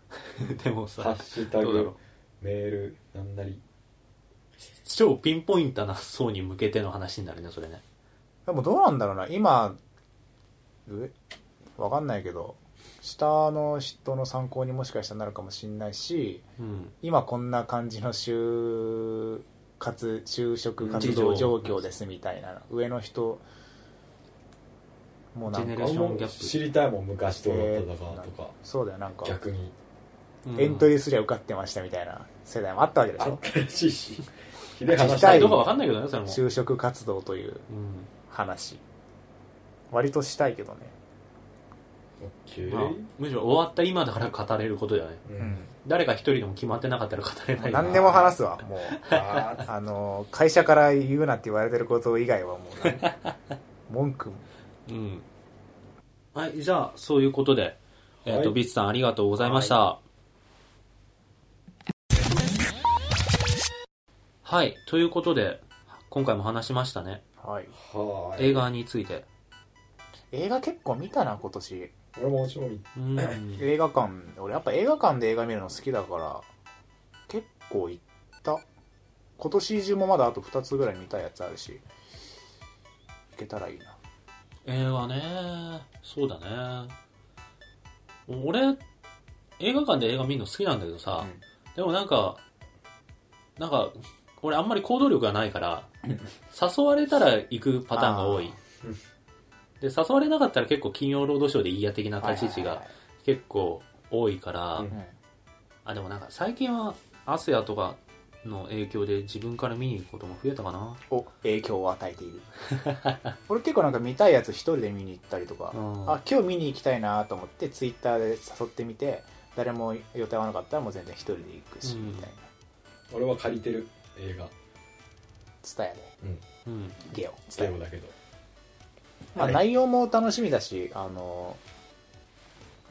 でもハさッシュタどうだろうグメールなんなり超ピンポイントな層に向けての話になるねそれねでもどうなんだろうな今上わかんないけど下の人の参考にもしかしたらなるかもしんないしうん今こんな感じの就活就職活動状況ですみたいな上の人もうなジェネんレーかションギャップ知りたいもん昔どうだったかとかそうだよなんか逆にうんエントリーすりゃ受かってましたみたいな世代もあったわけでしあょったらしいしひでえ実話だ際けどどうかわかんないけどねそれも、就職活動といううん、話割としたいけどねオッケーまあむしろ終わった今だから語れることだよねううんん誰か一人でも決まってなかったら語れないな何でも話すわもうあーあの会社から言うなって言われてること以外はもうなんか文句もうんはいじゃあそういうことで、えっとはいビッツさんありがとうございましたはい、ということで今回も話しましたね、はいはーい映画について映画結構見たな今年俺もちろんうん映画館俺やっぱ映画館で映画見るの好きだから結構行った今年中もまだあと2つぐらい見たいやつあるし行けたらいいな映画ねそうだね俺映画館で映画見るの好きなんだけどさ、でもなんかなんか俺あんまり行動力がないから誘われたら行くパターンが多いで誘われなかったら結構金曜ロードショーでいいや的な立ち位置が結構多いから、うんあでもなんか最近はアセアとかの影響で自分から見に行くことも増えたかなを影響を与えている俺結構なんか見たいやつ一人で見に行ったりとか、うんあ今日見に行きたいなと思ってツイッターで誘ってみて誰も予定合わなかったらもう全然一人で行くし、うんみたいな俺は借りてる映画蔦屋でううんんゲオ最伝後えだけどまあ、はい内容も楽しみだしあの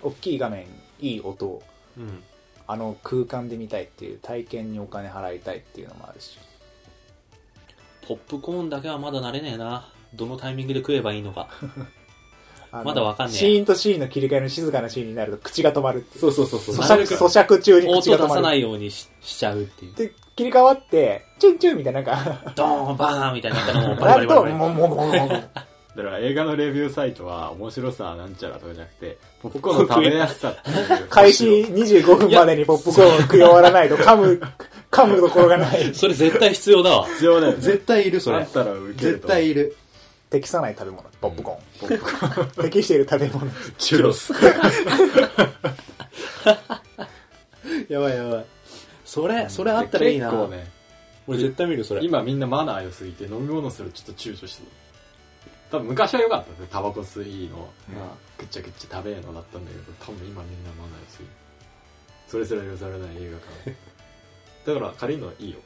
大きい画面いい音をうんあの空間で見たいっていう体験にお金払いたいっていうのもあるしポップコーンだけはまだ慣れねえなどのタイミングで食えばいいの かあのまだわかんねえシーンとシーンの切り替えの静かなシーンになると口が止まるっていうそうそうそうそうな咀る嚼べく咀嚼中に音口出が止まさるないようにししちゃうっていうで、切り替わって、チュンチュンみたいな、なん か、ドーンバーンみたいなのもうバリな バリるバリと、バリもう、もう、もう、もう、だから映画のレビューサイトは面白さなんちゃらとかじゃなくてポップコーンの食べやすさ っていう開始25分までにポップコーンを食い終わらないと、噛む、噛むところがない。それ絶対必要だわ必要だよね対いるあったらウケる絶と対いる。 適さない食べ物、ポップコポップコーンーン。適している 食べ物。チュロスやばいやばい。それそれあったらいいな、結構ね俺絶対見るそれ今みんなマナー良すぎて飲み物するちょっと躊躇してる多分昔は良かったねタバコ吸いのぐっちゃぐっちゃ食べえのだったんだけど多分今みんなマナー良すぎるそれすら許されない映画館 だから借りるのはいいよ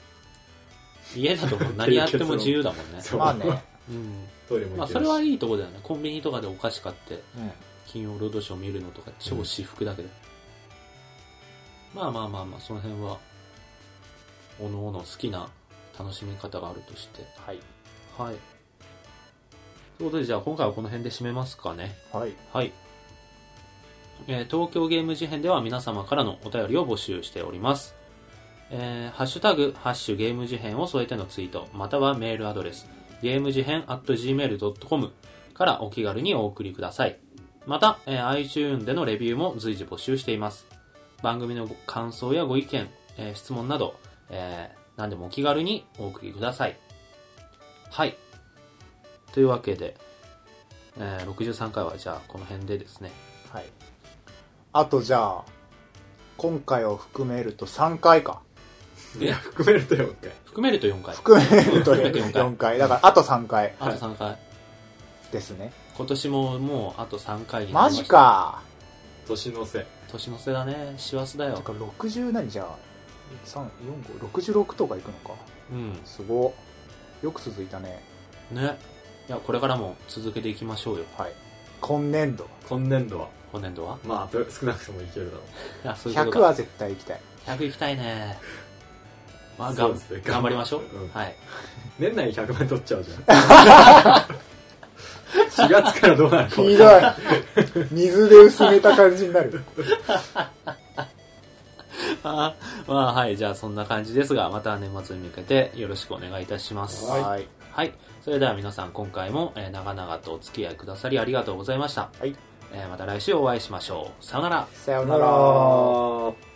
家だともう何やっても自由だ もんね、そ うまあね、うんトイレまも行あ、けそるれし、はいいとこだよねコンビニとかでお菓子買ってうん金曜ロードショー見るのとか超私服だけど、まあまあまあまあその辺はおのおの好きな楽しみ方があるとしてはい。はいということでじゃあ今回はこの辺で締めますかねはい。はい、えー東京ゲーム事変では皆様からのお便りを募集しております、えーハッシュタグハッシュゲーム事変を添えてのツイートまたはメールアドレスゲーム事変 at gmail.com からお気軽にお送りくださいまた、えー iTunes でのレビューも随時募集しています番組のご感想やご意見、えー質問など、えー何でもお気軽にお送りくださいはいというわけでえー63回はじゃあこの辺でですねはい。あと、じゃあ、今回を含めると3回か。いや含めるとよ一回含めると4回含めると含めて四回4回。だ から、あと3回あと3回、ですね。今年ももうあと3回になりまマしたジか。年のせい年の瀬だね師走だてよか、60何じゃあ、3、4、5、66とかいくのか。うんすごいよく続いたねねいやこれからも続けていきましょうよはい今年度今年度は今年度はまあと少なくともいけるだろうあそういうこと100だは絶対行きたい100行きたいね。まあ、そがうんですね頑張りましょう。うんはい。 年内に100万取っちゃうじゃん。4 月からどうなるかひどい。 水で薄めた感じになる。あまあ、はい。じゃあ、そんな感じですが、また年末に向けてよろしくお願いいたします。はい。はい。はい。それでは皆さん、今回も、えー長々とお付き合いくださりありがとうございました。はいえーまた来週お会いしましょう。さよなら。さよううなならら。あー